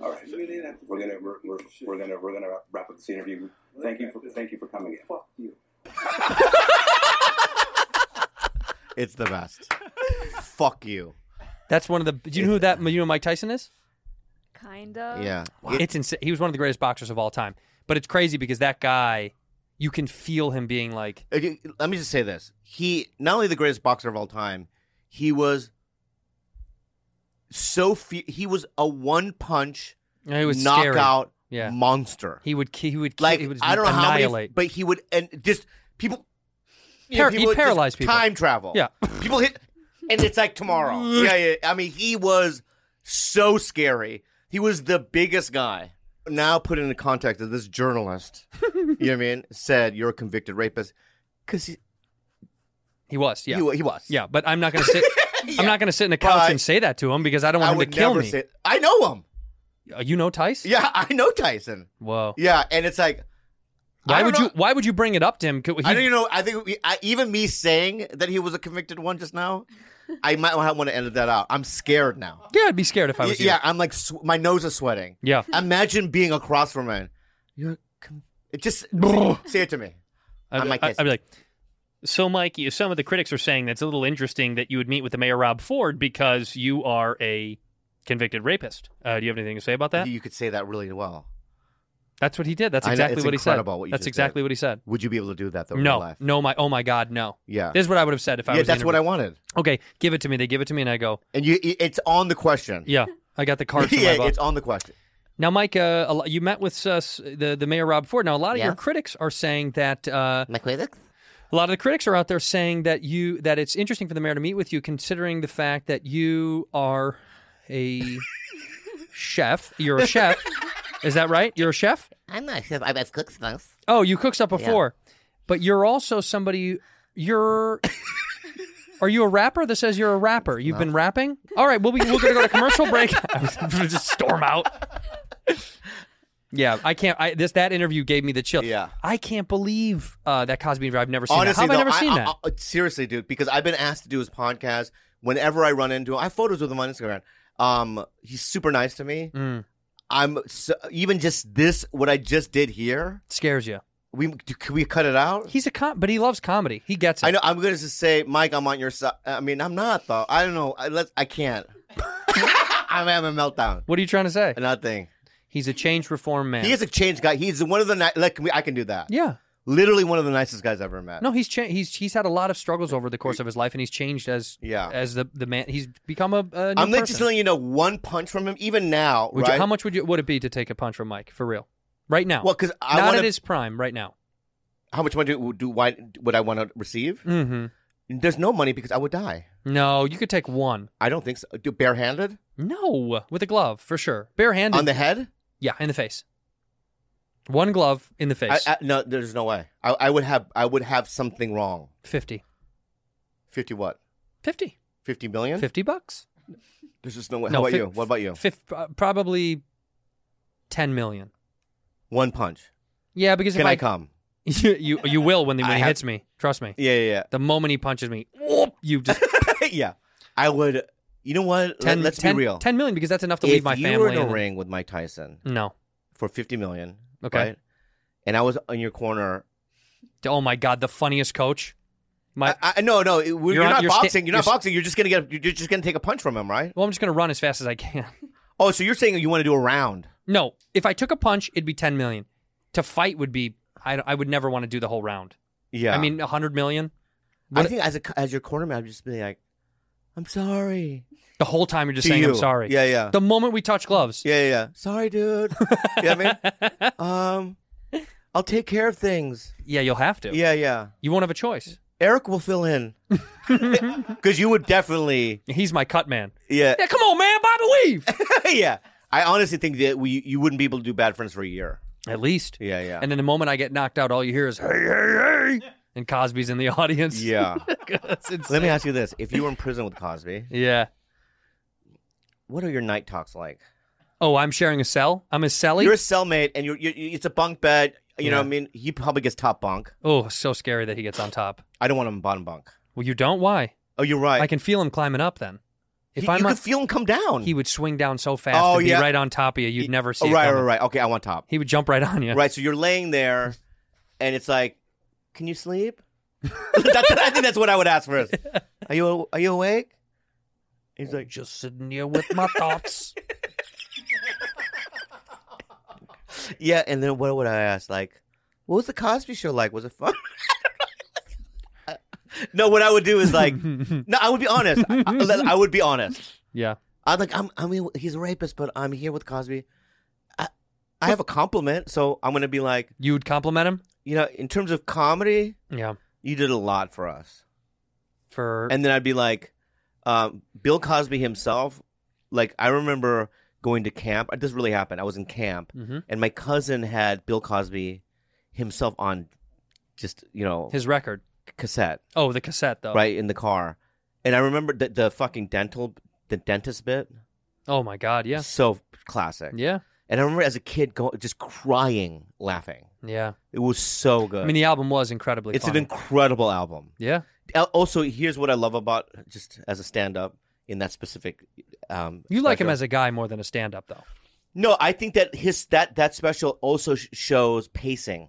N: All right, we're gonna we're, we're, we're gonna we're gonna wrap up this interview. Thank you for thank you for coming in. Fuck you.
B: It's the
A: (laughs)
B: best. Fuck you.
A: That's one of the. Do you know who that? You know who Mike Tyson is?
G: Kind of.
A: Wow. It's insane. He was one of the greatest boxers of all time. But it's crazy because that guy, you can feel him being like.
B: Uh, you- Let me just say this: he not only the greatest boxer of all time, he was so fe- he was a one punch
A: Yeah, he was scary.
B: knockout
A: Yeah.
B: monster.
A: He would. He would.
B: Like
A: he would
B: I don't know how many,
A: annihilate.
B: but he would and just people. you know,
A: Par- he
B: would just
A: paralyzed people.
B: Time travel.
A: Yeah.
B: people hit, and it's like
A: (laughs)
B: tomorrow. yeah, yeah. I mean, he was so scary. He was the biggest guy. Now put into context that this journalist,
A: (laughs)
B: you know what I mean, said you're a convicted rapist because he
A: He was. Yeah.
B: He, he was.
A: Yeah, but I'm not
B: (laughs)
A: gonna sit. I'm not gonna sit in a couch and say that to him because I don't want
B: I
A: him
B: would
A: to kill
B: never
A: me.
B: say. I know him.
A: Uh, You know Tyson?
B: Yeah, (laughs) I know Tyson.
A: Whoa.
B: Yeah, and it's like, I
A: Why
B: don't
A: would
B: know-
A: you? Why would you bring it up to him? Could
B: I
A: he-
B: don't even know. I think we, I, even me saying that he was a convicted one just now, I might want to edit that out. I'm scared now.
A: Yeah, I'd be scared if I was you.
B: Yeah, I'm like sw- my nose is sweating.
A: Yeah.
B: Imagine being across from it. You're com- it just
A: (laughs)
B: say, say it to me.
R: I'd,
B: I'm like
R: I'd-
B: this.
R: I'd be like, so Mike, you- some of the critics are saying that's a little interesting that you would meet with the mayor Rob Ford because you are a convicted rapist. Uh, do you have anything to say about that?
B: You could say that really well.
A: That's what he did. That's
B: I know,
A: exactly
B: it's
A: what he said.
B: incredible what you
A: That's
B: just
A: exactly
B: did.
A: what he said.
B: Would you be able to do that though? in
A: no,
B: real life?
A: no, my oh my god, no.
B: Yeah.
A: this is what I would have said if I
B: Yeah,
A: was.
B: that's what I
A: interviewed.
B: wanted.
A: Okay, give it to me. They give it to me, and I go.
B: And you, it's on the question.
A: Yeah, I got the cards. in my
B: (laughs) yeah,
A: book.
B: it's on the question.
A: Now, Mike, uh, a lo- you met with uh, s- the the mayor Rob Ford. Now, a lot of
B: Yeah.
A: your critics are saying that uh,
B: my critics.
A: A lot of the critics are out there saying that you that it's interesting for the mayor to meet with you, considering the fact that you are a chef. You're a chef. Is that right? You're a chef.
S: I'm not sure. I- I've cooked those.
A: Oh, you cooked up
S: Yeah.
A: before, but you're also somebody. You're. Are you a rapper that says you're a rapper? You've been rapping. All right, we'll be, we're going to go to commercial
B: (laughs)
A: break. (laughs) I was gonna just storm out. Yeah, I can't. I, this that interview gave me the chill. Yeah, I can't believe uh, that Cosby interview. I've never seen.
B: Honestly,
A: that. How have
B: though,
A: I never seen
B: I-
A: that?
B: I- seriously, dude, because I've been asked to do his podcast. Whenever I run into him, I have photos with him on Instagram. Um, he's super nice to me.
A: Mm.
B: I'm so, even just this what I just did here
A: scares you.
B: We do- can we cut it out?
A: He's a com- but he loves comedy. He gets it.
B: I know. I'm gonna just say, Mike, I'm on your side. I mean, I'm not though. I don't know. I let I can't. (laughs) I'm having a meltdown.
A: What are you trying to say?
B: Nothing.
A: He's a change reform man.
B: He is a change guy. He's one of the ni- like I can do that.
A: Yeah.
B: Literally one of the nicest guys I've ever met.
A: Uh, No, he's cha- he's he's had a lot of struggles over the course of his life, and he's changed as
B: Yeah.
A: as the the man. He's become a, a new
B: I'm like,
A: person.
B: just letting you know one punch from him, even now.
A: Would you-
B: right?
A: how much would you would it be to take a punch from Mike for real, right now?
B: Well, 'cause I
A: not
B: wanna-
A: at his prime right now.
B: how much money do, do why would I want to receive?
A: Mhm.
B: There's no money because I would die.
A: No, you could take one.
B: I don't think so. Do barehanded?
A: No, with a glove for sure. Barehanded
B: on the head.
A: Yeah, in the face. One glove in the
B: I,
A: face.
B: I, no, there's no way. I, I would have. I would have something wrong.
A: Fifty.
B: Fifty what?
A: Fifty.
B: Fifty million.
A: Fifty bucks.
B: There's just no way.
A: No,
B: How about
A: fif-
B: you? What about you?
A: fif- uh, probably ten million.
B: One punch.
A: Yeah, because if
B: Can I
A: I
B: come?
A: (laughs) you you, you will when, the, when
B: I
A: he
B: have-
A: hits me. Trust me.
B: Yeah, yeah, yeah.
A: The moment he punches me, whoop, you
B: (laughs)
A: just
B: yeah. I would. You know what?
A: Ten-
B: Let, us
A: ten-
B: be real.
A: ten million, because that's enough to
B: if
A: leave my
B: you
A: family
B: were in a
A: and-
B: ring with Mike Tyson.
A: No.
B: For fifty million.
A: Okay.
B: right? And I was on your corner.
A: Oh my god, the funniest coach. My
B: I, I, no, no, it- we're- you're,
A: on-
B: not
A: you're sta-
B: boxing. you're not
A: you're s-
B: boxing. You're just gonna get. You're just gonna take a punch from him, right?
A: Well, I'm just gonna run as fast as I can. (laughs)
B: Oh, so you're saying you want to do a round?
A: No, if I took a punch, it'd be 10 million. To fight would be I, I would never want to do the whole round.
B: Yeah.
A: I mean 100 million.
B: I
A: What-
B: think as a, as your corner man, I'd just be like, I'm sorry.
A: The whole time you're just
B: To
A: saying I'm
B: you.
A: sorry.
B: Yeah, yeah.
A: The moment we touch gloves.
B: Yeah, yeah. Sorry,
A: (laughs)
B: dude. you know what I mean? Um, I'll take care of things.
A: Yeah, you'll have to.
B: Yeah, yeah.
A: You won't have a choice.
B: Eric will fill
A: (laughs)
B: in. Because you would definitely.
A: He's my cut man.
B: Yeah. (laughs)
A: Yeah, come on, man, Bobby Weave.
B: yeah. I honestly think that we you wouldn't be able to do bad friends for a year.
A: At least.
B: Yeah, yeah.
A: And then the moment I get knocked out, all you hear is hey, hey, hey, and Cosby's in the (laughs) audience.
B: yeah.
A: That's
B: Let
A: insane.
B: me ask you this: If you were in prison with Cosby,
A: Yeah.
B: what are your night talks like?
A: Oh, I'm sharing a cell. I'm his cellie.
B: You're a cellmate, and you're, you it's a bunk bed. You know
A: Yeah.
B: what I mean? He probably gets top bunk.
A: Oh, so scary that he gets on top.
B: I don't want him bottom bunk.
A: Well, you don't. Why?
B: Oh, you're right.
A: I can feel him climbing up. Then, if
B: You-
A: I'm
B: you
A: on-
B: could feel him come down.
A: he would swing down so fast
B: Oh,
A: and be
B: yeah.
A: right on top of you. You'd never see.
B: Oh,
A: it
B: right, right,
A: coming.
B: right. Okay, I want top.
A: He would jump right on you.
B: Right. So you're laying there, and it's like, can you
A: (laughs)
B: sleep? (laughs) That- I think that's what I would ask first. Are you are you awake? He's like,
A: just sitting here with my thoughts.
B: yeah. And then what would I ask? Like, what was the Cosby Show like? Was it fun? (laughs) no, what I would do is (laughs) like, no, I would be honest. I, I- I would be honest.
A: (laughs) Yeah.
B: I'm like, I'm, I mean, he's a rapist, but I'm here with Cosby. I, I have a compliment, so I'm gonna be like,
A: You would compliment him.
B: you know, in terms of comedy,
A: Yeah.
B: you did a lot for us.
A: For
B: And then I'd be like, um, Bill Cosby himself, like I remember going to camp. This really happened. I was in camp,
A: Mhm.
B: and my cousin had Bill Cosby himself on, just you know,
A: his record.
B: cassette,
A: Oh, the cassette though.
B: right in the car. And I remember the, the fucking dental, the dentist bit.
A: Oh my God. Yeah.
B: So classic.
A: Yeah.
B: And I remember as a kid go, just crying, laughing.
A: Yeah.
B: It was so good.
A: I mean, the album was incredibly.
B: Uh, it's
A: funny.
B: an incredible album.
A: Yeah.
B: Al- Also, here's what I love about just as a stand up in that specific. Um,
A: You like him
B: special.
A: as a guy more than a stand-up though.
B: No, I think that his that that special also sh- shows pacing.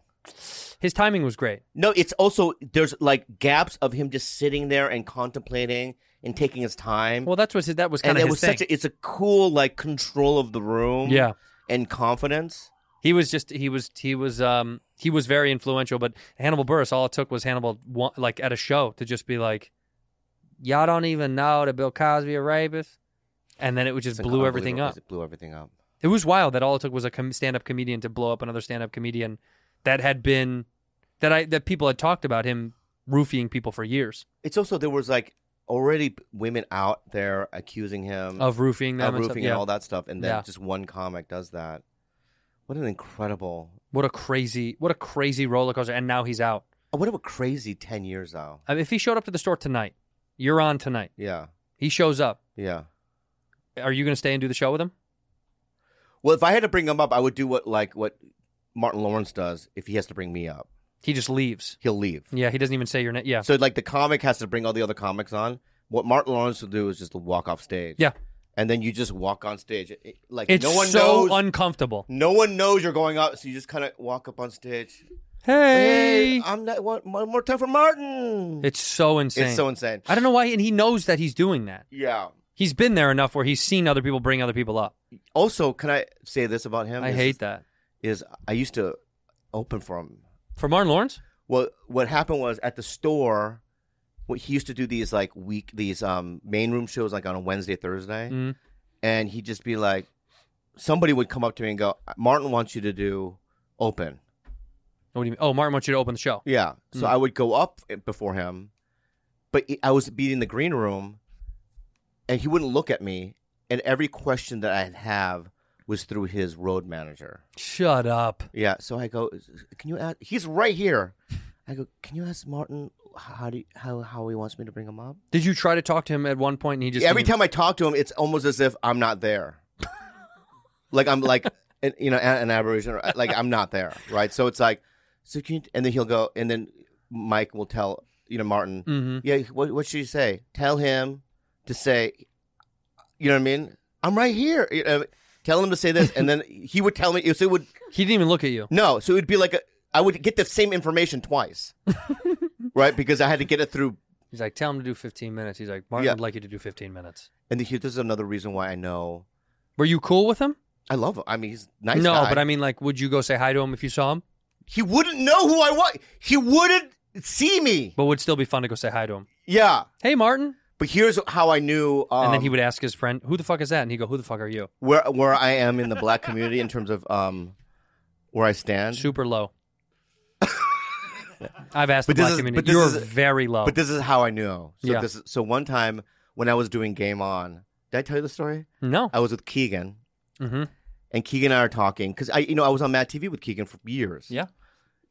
A: His timing was great.
B: No, it's also there's like gaps of him just sitting there and contemplating and taking his time.
A: Well, that's what his, that was
B: and
A: kind of
B: it
A: his
B: was
A: thing.
B: such a, it's a cool like control of the room.
A: Yeah.
B: and confidence.
A: He was just he was he was um he was very influential. But Hannibal Buress, all it took was Hannibal wa- like at a show to just be like, "Y'all don't even know that Bill Cosby a rapist," and then it would just
B: It's
A: blew everything
B: unbelievable.
A: up.
B: It blew everything up.
A: It was wild that all it took was a com- stand-up comedian to blow up another stand-up comedian that had been that I that people had talked about him roofing people for years.
B: It's also there was like already women out there accusing him
A: Of roofing them
B: Mm. of
A: and stuff,
B: roofing
A: yeah.
B: and all that stuff, and then
A: Yeah.
B: just one comic does that. What an incredible!
A: What a crazy what a crazy roller coaster! And now he's out.
B: oh, What a crazy ten years though.
A: I mean, if he showed up to the store tonight, you're on tonight.
B: Yeah,
A: He shows up.
B: yeah.
A: Are you going to stay and do the show with him?
B: Well, if I had to bring him up, I would do what like what Martin Lawrence does. If he has to bring me up,
A: He just leaves.
B: he'll leave.
A: Yeah, he doesn't even say your name. Yeah.
B: So like the comic has to bring all the other comics on. What Martin Lawrence will do is just walk off stage.
A: Yeah.
B: and then you just walk on stage. It- it- like
A: it's
B: no one
A: so
B: knows.
A: uncomfortable.
B: no one knows you're going up, so you just kind of walk up on stage.
A: Hey.
B: I'm not one, one more time for Martin.
A: It's so insane.
B: It's so insane.
A: I don't know why, and he knows that he's doing that.
B: Yeah.
A: He's been there enough where he's seen other people bring other people up.
B: Also, can I say this about him?
A: I
B: Is-
A: hate that.
B: Is I used to open for him.
A: For Martin Lawrence?
B: Well, what happened was at the store, what he used to do these like week these um main room shows like on a Wednesday Thursday,
A: Mm.
B: and he'd just be like, somebody would come up to me and go, Martin wants you to do open.
A: What do you mean? Oh, Martin wants you to open the show.
B: Yeah. So
A: Mm.
B: I would go up before him, but it- I was be in the green room, and he wouldn't look at me. And every question that I'd have was through his road manager.
A: Shut up.
B: Yeah. So I go, can you ask? He's right here. I go, can you ask Martin how do you, how how he wants me to bring him up?
A: Did you try to talk to him at one point and he just
B: Every
A: didn't-
B: time I talk to him, it's almost as if I'm not there. like I'm like and you know, an, an aberration, or, like I'm not there, right? So it's like, so can you, and then he'll go, and then Mike will tell you know Martin,
A: Mhm.
B: yeah, what what should you say? Tell him to say, you know what I mean? I'm right here. You know, tell him to say this, and then he would tell me. So it would.
A: He didn't even look at you.
B: No, so it would be like a. I would get the same information
A: (laughs)
B: twice, right? Because I had to get it through
A: He's like, tell him to do 15 minutes. He's like, Martin
B: Yeah.
A: would like you to do 15 minutes.
B: And here, this is another reason why I know.
A: Were you cool with him?
B: I love him. I mean, he's a nice.
A: no,
B: guy.
A: but I mean, like, would you go say hi to him if you saw him?
B: he wouldn't know who I was. He wouldn't see me.
A: But would still be fun to go say hi to him.
B: Yeah.
A: Hey, Martin.
B: But here's how I knew. Um,
A: and then he would ask his friend, "Who the fuck is that?" And he would go, "Who the fuck are you?"
B: where where I am in the black community in terms of um where I stand.
A: Super
B: (laughs)
A: low. I've asked
B: But
A: the
B: this
A: black
B: is- but
A: community.
B: this
A: You're
B: is-
A: very low.
B: But this is how I knew. So
A: Yeah.
B: this is, so one time when I was doing Game On, did I tell you the story?
A: No.
B: I was with Keegan.
A: Mm-hmm.
B: and Keegan and I are talking because I, you know, I was on Mad TV with Keegan for years.
A: Yeah.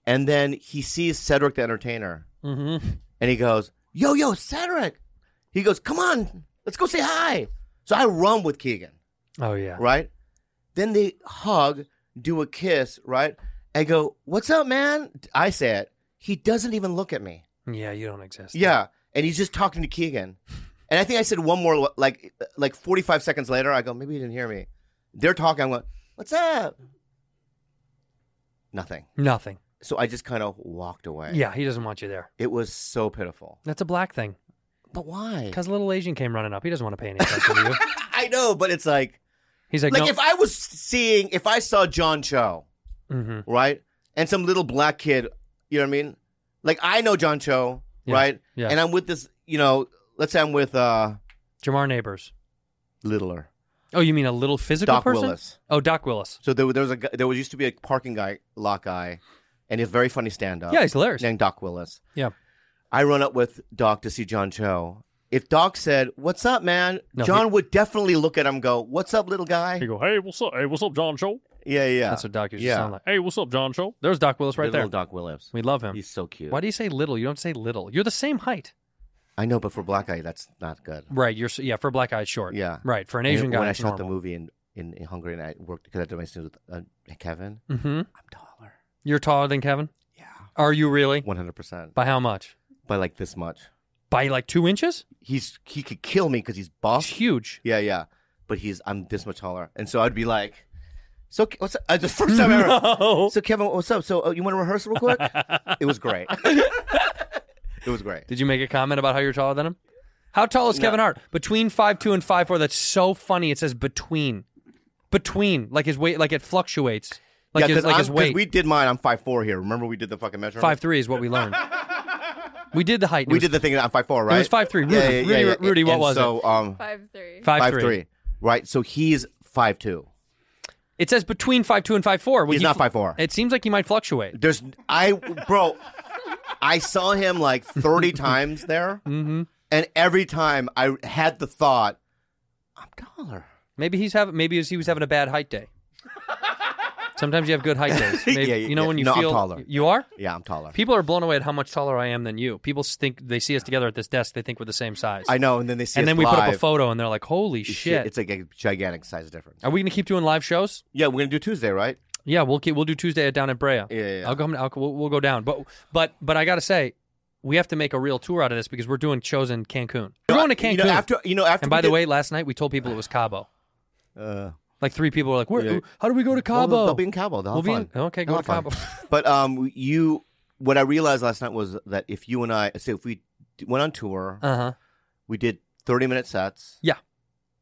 B: And then he sees Cedric the Entertainer,
A: Mhm.
B: and he goes, "Yo, yo, Cedric!" He goes, "Come on, let's go say hi." So I run with Keegan,
A: Oh yeah.
B: right? Then they hug, do a kiss, right? I go, "What's up, man?" I say it. He doesn't even look at me.
A: Yeah, you don't exist.
B: Yeah, and he's just talking to Keegan. And I think I said one more like like 45 seconds later. I go, maybe he didn't hear me. They're talking. I'm going, what's up? Nothing.
A: Nothing.
B: So I just kind of walked away.
A: Yeah, he doesn't want you there.
B: It was so pitiful.
A: That's a black thing.
B: But why?
A: Because little Asian came running up. He doesn't want to pay any attention to you.
B: (laughs) I know, but it's like
A: He's like,
B: like
A: no.
B: if I was seeing if I saw John Cho,
A: Mhm.
B: right, and some little black kid, you know what I mean? Like I know John Cho,
A: Yeah,
B: right?
A: yeah.
B: And I'm with this, you know, let's say I'm with uh
A: Jamar Neighbors.
B: Littler.
A: Oh, you mean a little physical
B: Doc
A: person?
B: Willis.
A: Oh, Doc Willis.
B: So there, there was a guy, there was used to be a parking guy lot guy, and he's a very funny stand up.
A: Yeah, he's hilarious.
B: Named Doc Willis.
A: Yeah.
B: I run up with Doc to see John Cho. If Doc said, "What's up, man?"
R: No,
B: John
R: he-
B: would definitely look at him, and go, "What's up, little guy?"
R: You go, hey, what's up? Hey, what's up, John Cho?
B: Yeah, yeah.
A: That's what Doc used to
B: Yeah.
A: sound like.
R: Hey, what's up, John Cho?
A: There's Doc Willis right
B: little
A: there.
B: Doc Willis.
A: We love him.
B: He's so cute.
A: Why do you say little? You don't say little. You're the same height.
B: I know, but for a black guy, that's not good.
A: Right. You're s- yeah. For a black guy, it's short.
B: Yeah.
A: Right. For an
B: And
A: Asian guy,
B: when I
A: it's
B: shot the
A: normal.
B: movie in, in, in Hungary, and I worked because I did my scenes with uh, Kevin,
A: Mm-hmm. I'm taller. You're taller than Kevin. Yeah. Are you really?
B: one hundred percent
A: By how much?
B: by like this much.
A: By like two inches?
B: He's he could kill me because he's buff.
A: huge.
B: Yeah, yeah. But he's I'm this much taller, and so I'd be like, "So Ke- what's up? Uh, the first
A: (laughs)
B: time ever." So Kevin, what's up? So uh, you want to rehearse real quick? it was
A: (laughs)
B: great. it was great.
A: Did you make a comment about how you're taller than him? How tall is
B: No.
A: Kevin Hart? Between five two and five four. That's so funny. It says between, between. Like his weight, like it fluctuates. Like
B: yeah,
A: his, like
B: I'm-
A: his weight.
B: we did mine. I'm five four here. Remember we did the fucking measurement.
A: Five three is what we (laughs) learned. we did the height. and
B: We
A: it was-
B: did the thing that I'm five four, right?
A: It was 5'3". Rudy- Rudy- Rudy, what
B: and
A: was
B: so,
A: it?
B: Um,
G: 5'3".
A: 5'3".
B: Right. So he's five two.
A: It says between five two and five four.
B: He's not 5'4".
A: It seems like he might fluctuate.
B: There's I bro, I saw him like
A: (laughs)
B: 30 times there,
A: Mm-hmm.
B: and every time I had the thought, I'm taller.
A: Maybe he's having. Maybe he was having a bad height day. Sometimes you have
B: (laughs)
A: good height days. Maybe,
B: Yeah, yeah,
A: you know
B: yeah.
A: when you
B: No, I'm
A: feel
B: taller.
A: you are.
B: Yeah, I'm taller.
A: People are blown away at how much taller I am than you. People s- think they see us together at this desk. They think we're the same size.
B: I know, and then they see
A: and
B: us
A: then we put up a
B: live.
A: photo, and they're like, "Holy
B: Shit,
A: shit!"
B: It's like a gigantic size difference.
A: Are we gonna keep doing live shows?
B: Yeah, we're gonna do Tuesday, right?
A: Yeah, we'll keep, we'll do Tuesday at down at Brea. Yeah, I'll come. I'll, we'll, we'll go down. But but but I gotta say, we have to make a real tour out of this because we're doing shows in Cancun. We're going to Cancun.
B: You know, after you know after.
A: and by
B: we
A: the
B: did-
A: way, last night we told people it was Cabo.
B: uh,
A: Like three people were like, Where,
B: Yeah.
A: "How do we go to
B: well,
A: Cabo?"
B: they'll be in Cabo. They'll
A: We'll
B: have fun.
A: be in- okay, go
B: They'll
A: to
B: have fun.
A: Cabo.
B: (laughs) But um, you, what I realized last night was that if you and I, say, if we d- went on tour,
A: Uh-huh.
B: we did thirty-minute sets,
A: Yeah.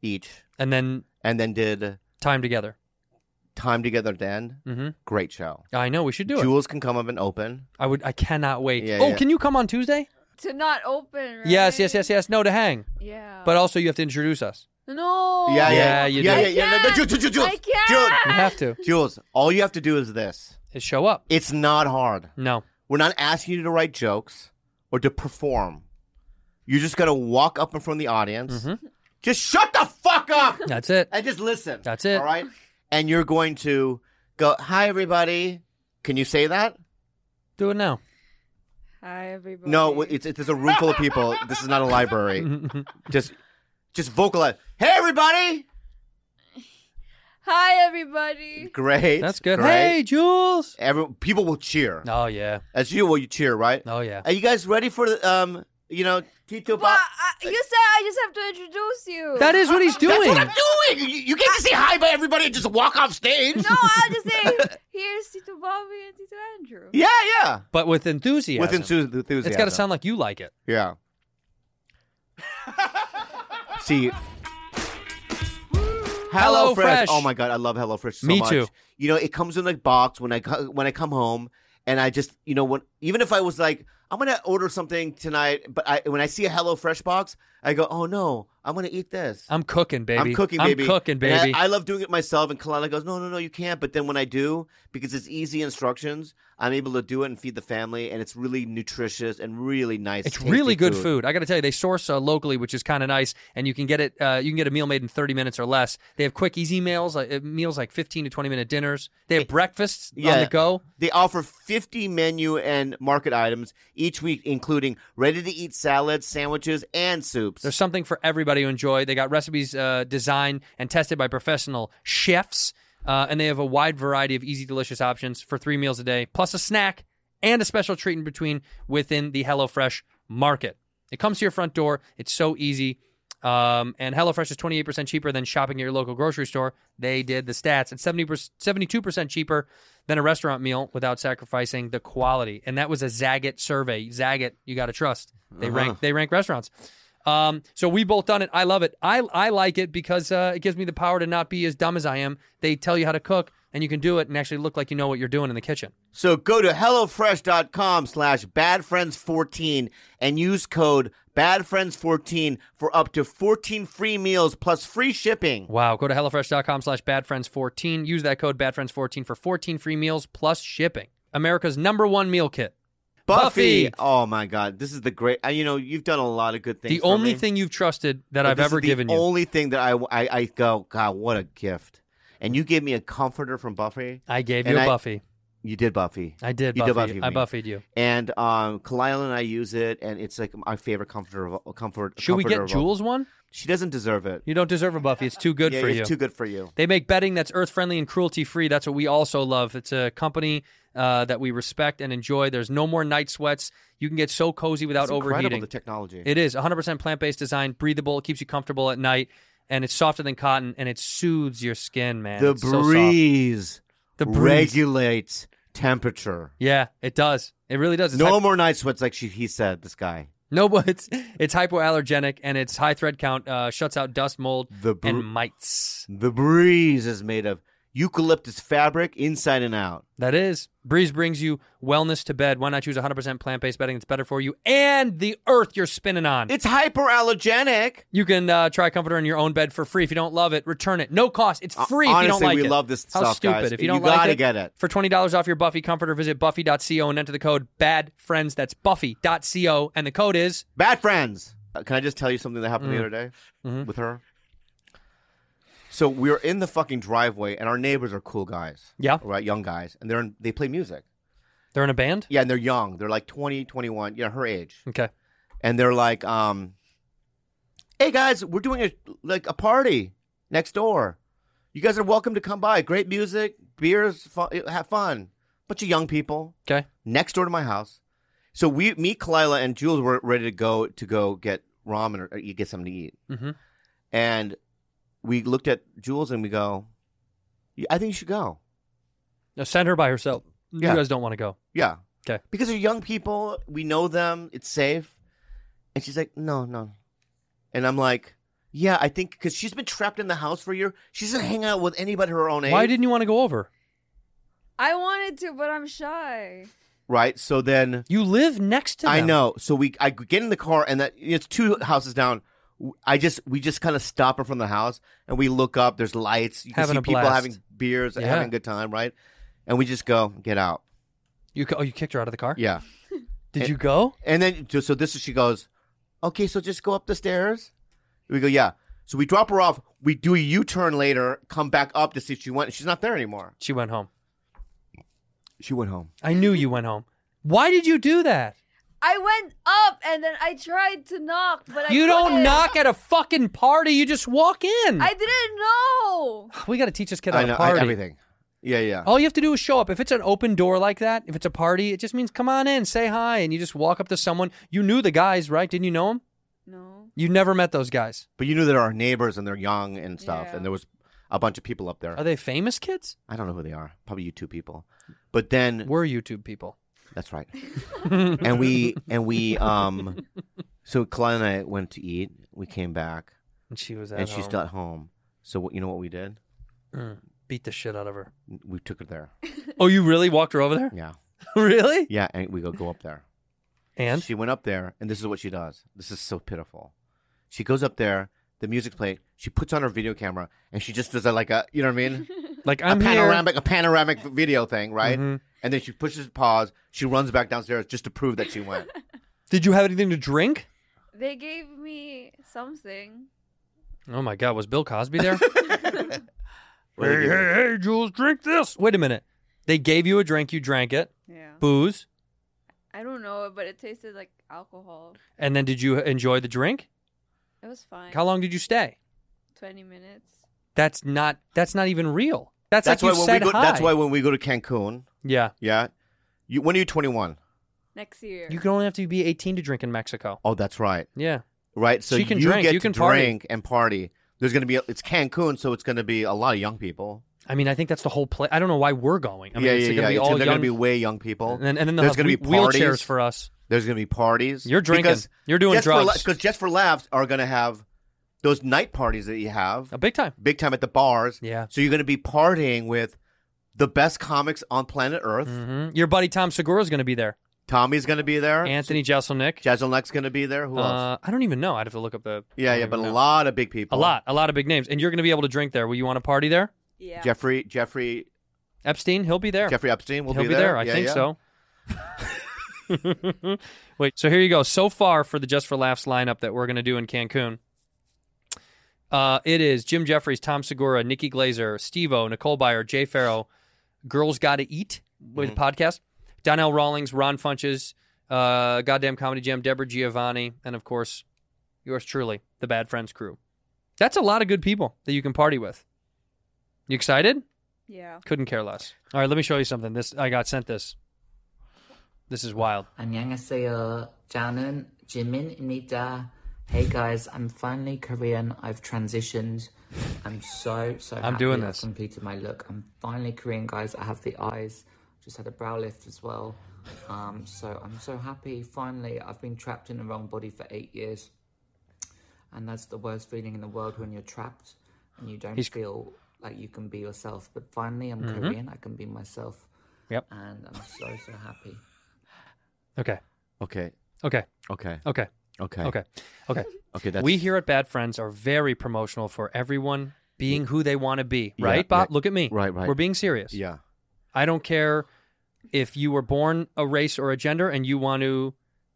B: each,
A: and then
B: and then did
A: time together.
B: time together. Then
A: Mhm.
B: great show.
A: I know we should do it.
B: Jules can come up and open.
A: I would. I cannot wait.
B: Yeah,
A: oh,
B: yeah.
A: can you come on Tuesday?
G: To not open. Right?
A: Yes, yes, yes, yes. No, to hang.
G: Yeah.
A: But also, you have to introduce us.
G: no.
B: Yeah, yeah,
A: Yeah, you
B: yeah,
A: do.
B: yeah, yeah. No, no, Jules, Jules, Jules,
G: I
B: Jules, Jules,
A: You have to.
B: Jules. All you have to do is this:
A: Is show up.
B: It's not hard.
A: No.
B: We're not asking you to write jokes or to perform. You're just gonna walk up in front of the audience.
A: Mm-hmm.
B: Just shut the fuck up.
A: That's it.
B: And just listen.
A: That's it.
B: All right. And you're going to go, hi everybody. Can you say that?
A: Do it now.
G: Hi everybody.
B: No, it's, it's there's a room full of people. This is not a
A: (laughs)
B: library. just just vocalize. Hey everybody.
G: Hi, everybody.
B: Great.
A: That's good.
B: Great.
A: Hey, Jules.
B: Every, people will cheer.
A: Oh yeah.
B: As you will, you cheer, right?
A: Oh yeah.
B: Are you guys ready for the um? You know, Tito.
G: But I, you said I just have to introduce you.
A: That is what he's doing.
S: That's what I'm doing. You, you can't just say hi by everybody and just walk off stage.
G: No, I'll just
A: (laughs)
G: say here's Tito Bobby and Tito Andrew.
B: Yeah, yeah.
A: But with enthusiasm.
B: With enthu- enthusiasm.
A: It's got to sound like you like it.
B: Yeah. See. Hello, Fresh.
A: HelloFresh.
B: Oh my god, I love Hello Fresh so
A: Me
B: much.
A: too.
B: You know, it comes in a box when I co- when I come home, and I just you know when even if I was like I'm gonna order something tonight, but I when I see a Hello Fresh box, I go, oh no, I'm gonna eat this.
A: I'm cooking, baby.
B: I'm cooking, baby.
A: I'm cooking,
B: And I-
A: baby.
B: I, love doing it myself. And Kalana goes, no, no, no, you can't. But then when I do, because it's easy instructions, I'm able to do it and feed the family, and it's really nutritious and really nice.
A: It's
B: tasty
A: really good food. I got to tell you, they source uh, locally, which is kind of nice, and you can get it. Uh, you can get a meal made in thirty minutes or less. They have quick, easy meals, like uh, meals like fifteen to twenty minute dinners. They have breakfasts on the go.
B: They offer 50 menu and market items each week, including ready to eat salads, sandwiches, and soups.
A: There's something for everybody to enjoy. They got recipes uh, designed and tested by professional chefs, uh, and they have a wide variety of easy, delicious options for three meals a day, plus a snack and a special treat in between within the HelloFresh market. It comes to your front door. It's so easy. Um, and HelloFresh is 28% cheaper than shopping at your local grocery store. They did the stats. It's 70 72% cheaper than a restaurant meal without sacrificing the quality. And that was a Zagat survey. Zagat, you got to trust. They
B: Uh-huh.
A: rank they rank restaurants. Um, so we both done it. I love it. I I like it because uh, it gives me the power to not be as dumb as I am. They tell you how to cook, and you can do it, and actually look like you know what you're doing in the kitchen.
B: So go to HelloFresh.com slash BadFriends14 and use code BadFriends14 for up to 14 free meals plus free shipping.
A: Wow. Go to HelloFresh.com slash BadFriends14. Use that code BadFriends14 for 14 free meals plus shipping. America's number one meal kit.
B: Buffy. Oh my God, this is the great. uh, You know, you've done a lot of good things.
A: The
B: for
A: only
B: me.
A: thing you've trusted that
B: But
A: I've
B: this
A: ever
B: is the
A: given you.
B: Only thing that I, I I go, God, what a gift! And you gave me a comforter from Buffy.
A: I gave
B: And
A: you a
B: I-
A: Buffy.
B: You did Buffy.
A: I did
B: You
A: Buffy.
B: did Buffy
A: I
B: me.
A: Buffied you.
B: And um, Kalila and I use it, and it's like my favorite comforter of all- comfort.
A: Should we
B: comforter
A: get
B: of all-
A: Jules one?
B: She doesn't deserve it.
A: You don't deserve a Buffy. It's too good
B: Yeah,
A: for
B: it's
A: you.
B: too good for you.
A: They make bedding that's earth friendly and cruelty free. That's what we also love. It's a company uh, that we respect and enjoy. There's no more night sweats. You can get so cozy without
B: It's incredible,
A: overheating.
B: the technology.
A: It is 100% plant based design, breathable. It keeps you comfortable at night, and it's softer than cotton, and it soothes your skin, man.
B: the
A: It's so soft.
B: breeze.
A: The breeze.
B: regulates temperature.
A: yeah, it does. It really does. It's
B: no
A: hy-
B: more night sweats, like she, he said. This guy.
A: no, (laughs) but it's it's hypoallergenic and it's high thread count. Uh, shuts out dust, mold,
B: The br-
A: and mites.
B: The breeze is made of eucalyptus fabric inside and out.
A: That is. Breeze brings you wellness to bed. Why not choose 100% plant based bedding that's better for you and the earth you're spinning on?
B: It's hyperallergenic.
A: you can uh, try Comforter in your own bed for free. If you don't love it, return it. No cost. It's
B: Uh,
A: free if you don't
B: honestly,
A: like
B: we
A: it.
B: love this
A: How
B: stuff,
A: stupid.
B: guys.
A: If you
B: You
A: don't like
B: gotta
A: it,
B: get it.
A: For $20 off your Buffy Comforter, visit buffy.co and enter the code BADFRIENDS. That's buffy.co. And the code is
B: Bad friends. Uh, can I just tell you something that happened
A: Mm.
B: the other day
A: Mhm.
B: with her? So we were in the fucking driveway, and our neighbors are cool guys.
A: Yeah.
B: Right, young guys, and they're in, they play music.
A: they're in a band?
B: Yeah, and they're young. They're like 20, 21, you know, her age.
A: Okay.
B: And they're like, um, "Hey guys, we're doing a like a party next door. You guys are welcome to come by. Great music, beers, fun, have fun. Bunch of young people.
A: Okay.
B: next door to my house. So we, me, Kalila, and Jules were ready to go to go get ramen or, or eat- get something to eat.
A: Mhm.
B: And we looked at Jules and we go, "Yeah, I think you should go.
A: Now send her by herself.
B: Yeah.
A: You guys don't want to go.
B: Yeah.
A: Okay.
B: Because they're young people. We know them. It's safe. And she's like, no, no. And I'm like, yeah, I think because she's been trapped in the house for a year. She doesn't hang out with anybody her own age.
A: Why didn't you want to go over?
G: I wanted to, but I'm shy.
B: Right. So then
A: You live next to them.
B: I know. So we, I get in the car, and that it's two houses down. I just, we just kind of stop her from the house, and we look up. There's lights. You can
A: Having
B: see
A: a
B: people
A: blast.
B: having beers, and
A: Yeah.
B: having a good time, right? And we just go get out.
A: You, oh, you kicked her out of the car?
B: Yeah.
A: Did
B: And-
A: you go?
B: And then so this is she goes, okay, so just go up the stairs. We go, yeah. So we drop her off. We do a U turn later, come back up to see if she went. She's not there anymore.
A: She went home.
B: She went home.
A: I knew you went home. Why did you do that?
G: I went up and then I tried to knock, but I
A: you don't
G: couldn't.
A: knock at a fucking party. You just walk in.
G: I didn't know.
A: we got to teach this kid
B: I
A: how to
B: know, I-
A: party. Oh.
B: everything. Yeah, yeah.
A: All you have to do is show up. If it's an open door like that, if it's a party, it just means come on in, say hi, and you just walk up to someone. You knew the guys, right? Didn't you know them? No. You never met those guys.
B: But you knew there are neighbors and they're young and stuff, and there was a bunch of people up there.
A: Are they famous kids?
B: I don't know who they are. Probably YouTube people. But then
A: we're YouTube people.
B: That's
A: (laughs)
B: right. and we and we um, so Kalina and I went to eat. We came back,
A: And she was at
B: and she's
A: home.
B: still at home. So what you know what we did?
A: Mm, Beat the shit out of her.
B: We took her there.
A: Oh, you really walked her over there?
B: Yeah.
A: (laughs) really?
B: Yeah, and we go go up there.
A: And
B: she went up there, and this is what she does. This is so pitiful. She goes up there. The music's playing. She puts on her video camera, and she just does a, like a you know what I
A: (laughs)
B: mean?
A: Like
B: a
A: I'm here.
B: panoramic a panoramic video thing, right?
A: Mhm.
B: And then she pushes pause. She runs back downstairs just to prove that she went.
A: Did you have anything to drink?
G: They gave me something.
A: Oh my God, was Bill Cosby
B: (laughs)
A: there?
B: What did
A: hey,
B: he
A: hey, hey, Jules, drink this. Wait a minute. They gave you a drink, you drank it.
G: Yeah.
A: Booze.
G: I don't know, but it tasted like alcohol.
A: And then did you enjoy the drink?
G: It was fine.
A: How long did you stay?
G: Twenty minutes.
A: That's not that's not even real. (laughs) That's, like
B: why
A: you
B: when
A: said
B: we go,
A: hi.
B: that's why when we go to Cancun.
A: Yeah.
B: Yeah. You, when are you 21?
G: Next year.
A: you can only have to be 18 to drink in Mexico.
B: Oh, that's right.
A: Yeah.
B: Right. So
A: She can
B: you
A: drink,
B: get
A: you
B: to
A: can party.
B: drink and party. There's going to be it's Cancun, so it's going to be a lot of young people.
A: I mean, I think that's the whole play. I don't know why we're going. I mean,
B: yeah,
A: it's
B: yeah,
A: gonna
B: yeah.
A: be
B: It's-
A: all
B: they're
A: young.
B: to be way young people.
A: And then- and then they'll
B: there's
A: have
B: going to be
A: whe- wheelchairs
B: parties.
A: for us.
B: There's going to be parties.
A: You're drinking.
B: Because
A: You're doing
B: Just
A: drugs.
B: Because Just for Laughs are going to have those night parties that you have. A
A: big time.
B: Big time at the bars.
A: Yeah.
B: So you're going to be partying with the best comics on planet Earth.
A: Mhm. Your buddy Tom Segura is going to be there.
B: Tommy's going to be there.
A: Anthony Jeselnik.
B: Jeselnik's going to be there. Who else?
A: Uh, I don't even know. I'd have to look up the.
B: Yeah,
A: I
B: yeah,
A: don't even
B: but a
A: know.
B: lot of big people.
A: A lot, a lot of big names, and you're going to be able to drink there. Will you want to party there?
G: Yeah.
B: Jeffrey, Jeffrey,
A: Epstein, he'll be there.
B: Jeffrey Epstein will
A: he'll
B: be
A: be there.
B: there.
A: I
B: Yeah,
A: think
B: yeah.
A: so. Wait, so (laughs) here you go. So far for the Just for Laughs lineup that we're going to do in Cancun, uh, it is Jim Jeffries, Tom Segura, Nikki Glazer, Steve-O, Nicole Byer, Jay Farrow, Girls Gotta Eat with
B: Mm-hmm.
A: podcast, Donnell Rawlings, Ron Funches, uh, Goddamn Comedy Jam, Deborah Giovanni, and of course, yours truly, the Bad Friends crew. That's a lot of good people that you can party with. You excited?
G: Yeah.
A: Couldn't care less. All right, let me show you something. This I got sent this. This is wild.
K: 안녕하세요. 저는 지민입니다. Hey guys, I'm finally Korean. I've transitioned. I'm so so.
A: I'm
K: happy
A: doing
K: I've
A: this.
K: Completed my look. I'm finally Korean, guys. I have the eyes. Just had a brow lift as well. Um, so I'm so happy. Finally, I've been trapped in the wrong body for eight years, and that's the worst feeling in the world when you're trapped and you don't
A: He's-
K: feel like you can be yourself. But finally, I'm
A: Mhm.
K: Korean. I can be myself.
A: Yep.
K: And I'm so so happy.
A: Okay.
B: Okay.
A: Okay.
B: Okay.
A: Okay.
B: Okay.
A: Okay. Okay.
B: (laughs) Okay, that's-
A: We here at Bad Friends are very promotional for everyone being who they want to be.
B: Yeah,
A: Right, Bob?
B: yeah.
A: Look at me.
B: Right, right.
A: We're being serious.
B: Yeah.
A: I don't care if you were born a race or a gender and you want to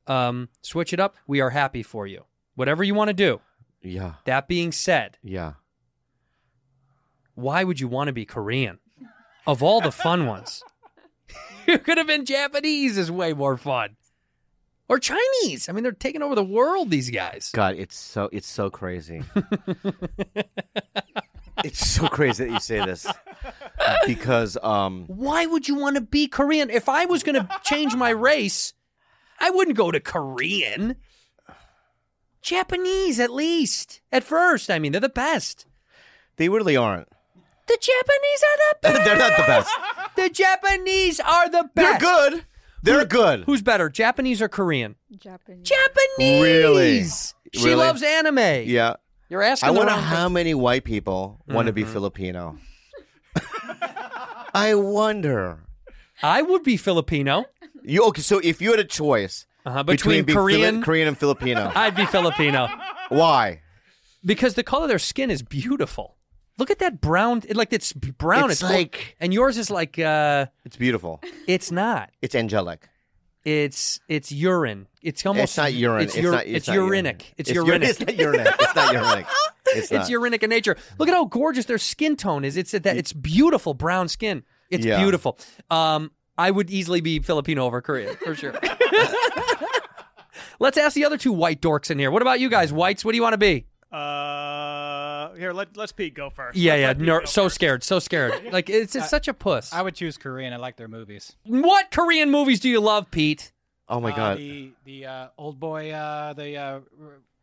A: um, switch it up. We are happy for you. Whatever you want to do.
B: Yeah.
A: That being said,
B: Yeah.
A: why would you want to be Korean? Of all the fun ones, you could have been Japanese is way more fun. Or Chinese. I mean, they're taking over the world, these guys.
B: God, it's so it's so
A: (laughs)
B: crazy. it's so crazy that you say this because um
A: Why would you want to be Korean? If I was going to change my race, I wouldn't go to Korean. Japanese, at least. At first, I mean, they're the best.
B: they really aren't. (laughs)
A: The Japanese are the best.
B: They're not the best.
A: The Japanese are the
B: They're
A: best.
B: good. They're good.
A: Who's better, Japanese or Korean?
G: Japanese.
A: Japanese.
B: Really?
A: She
B: Really?
A: loves anime.
B: Yeah.
A: You're asking.
B: I
A: the
B: wonder
A: wrong
B: how many white people want to be
A: Mhm.
B: Filipino. (laughs) I wonder.
A: I would be Filipino.
B: You okay? So if you had a choice
A: Uh-huh, between
B: being Fili-
A: Korean-
B: Korean and Filipino,
A: (laughs) I'd be Filipino.
B: Why?
A: Because the color of their skin is beautiful. Look at that brown. It, like it's brown.
B: It's
A: or-
B: like-
A: and yours is like. uh
B: it's beautiful.
A: It's not.
B: It's angelic.
A: It's it's urine. It's
B: it's
A: almost.
B: not urine.
A: It's, ur-
B: not,
A: it's,
B: not urine.
A: urinic. It's,
B: ur-
A: urinic.
B: (laughs) It's not urinic. It's not
A: (laughs)
B: urinic. It's,
A: It's,
B: not.
A: urinic in nature. Look at how gorgeous their skin tone is. It's that it's beautiful brown skin. It's
B: Yeah.
A: (laughs) beautiful. Um, I would easily be Filipino over Korean for sure. Let's ask the other two white dorks in here. What about you guys, whites? What do you want to be?
T: Mm-hmm. Uh, here let let's Pete go first.
A: Yeah,
T: Let's
A: yeah.
T: let Pete
A: Ner-
T: go
A: so scared,
T: (laughs)
A: so scared. Like it's just
T: I-
A: such a puss.
T: I would choose Korean. I like their movies.
A: What Korean movies do you love, Pete?
B: Oh my
T: Uh,
B: god.
T: The the uh, old boy, uh, the uh, r-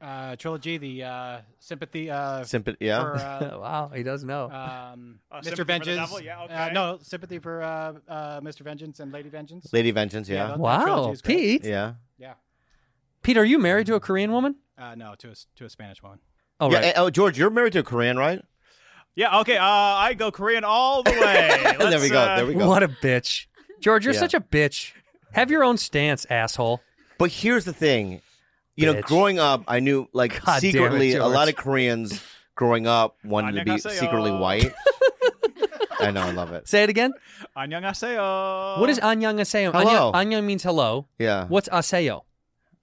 T: uh, trilogy, the uh, sympathy. Uh,
B: Sympa- yeah.
T: For, uh,
A: Oh, wow, he does know.
T: Um,
A: Oh, Sympathy for
T: Mr.
A: the
T: Vengeance.
A: Devil? Yeah,
T: uh,
A: okay.
T: no, sympathy for uh, uh, Mr. Vengeance and Lady Vengeance.
B: Lady Vengeance, yeah.
T: that- that
A: Wow,
T: trilogy is great.
A: Pete. Yeah.
T: Yeah.
A: Pete, are you married to a Korean woman?
T: Uh, no, to a s- to a Spanish woman.
A: Oh,
B: yeah,
A: right.
B: eh, Oh, George, you're married to a Korean, right?
T: Yeah. Okay. Uh, I go Korean all the way.
B: (laughs) there we go.
A: uh,
B: there we go.
A: What a bitch, George. You're
B: Yeah.
A: such a bitch. Have your own stance, asshole.
B: But here's the thing, you know,
A: Bitch.
B: growing up, I knew like
A: God damn it,
B: secretly a lot
A: George.
B: of Koreans growing up wanted to be
T: Annyeonghaseyo.
B: secretly
A: oh. (laughs)
B: white. I know, I love it.
A: Say it again.
T: 안녕하세요.
A: What is anyang aseo?
B: Hello. Uh.
A: Anyang, anyang means hello.
B: Yeah.
A: What's aseo?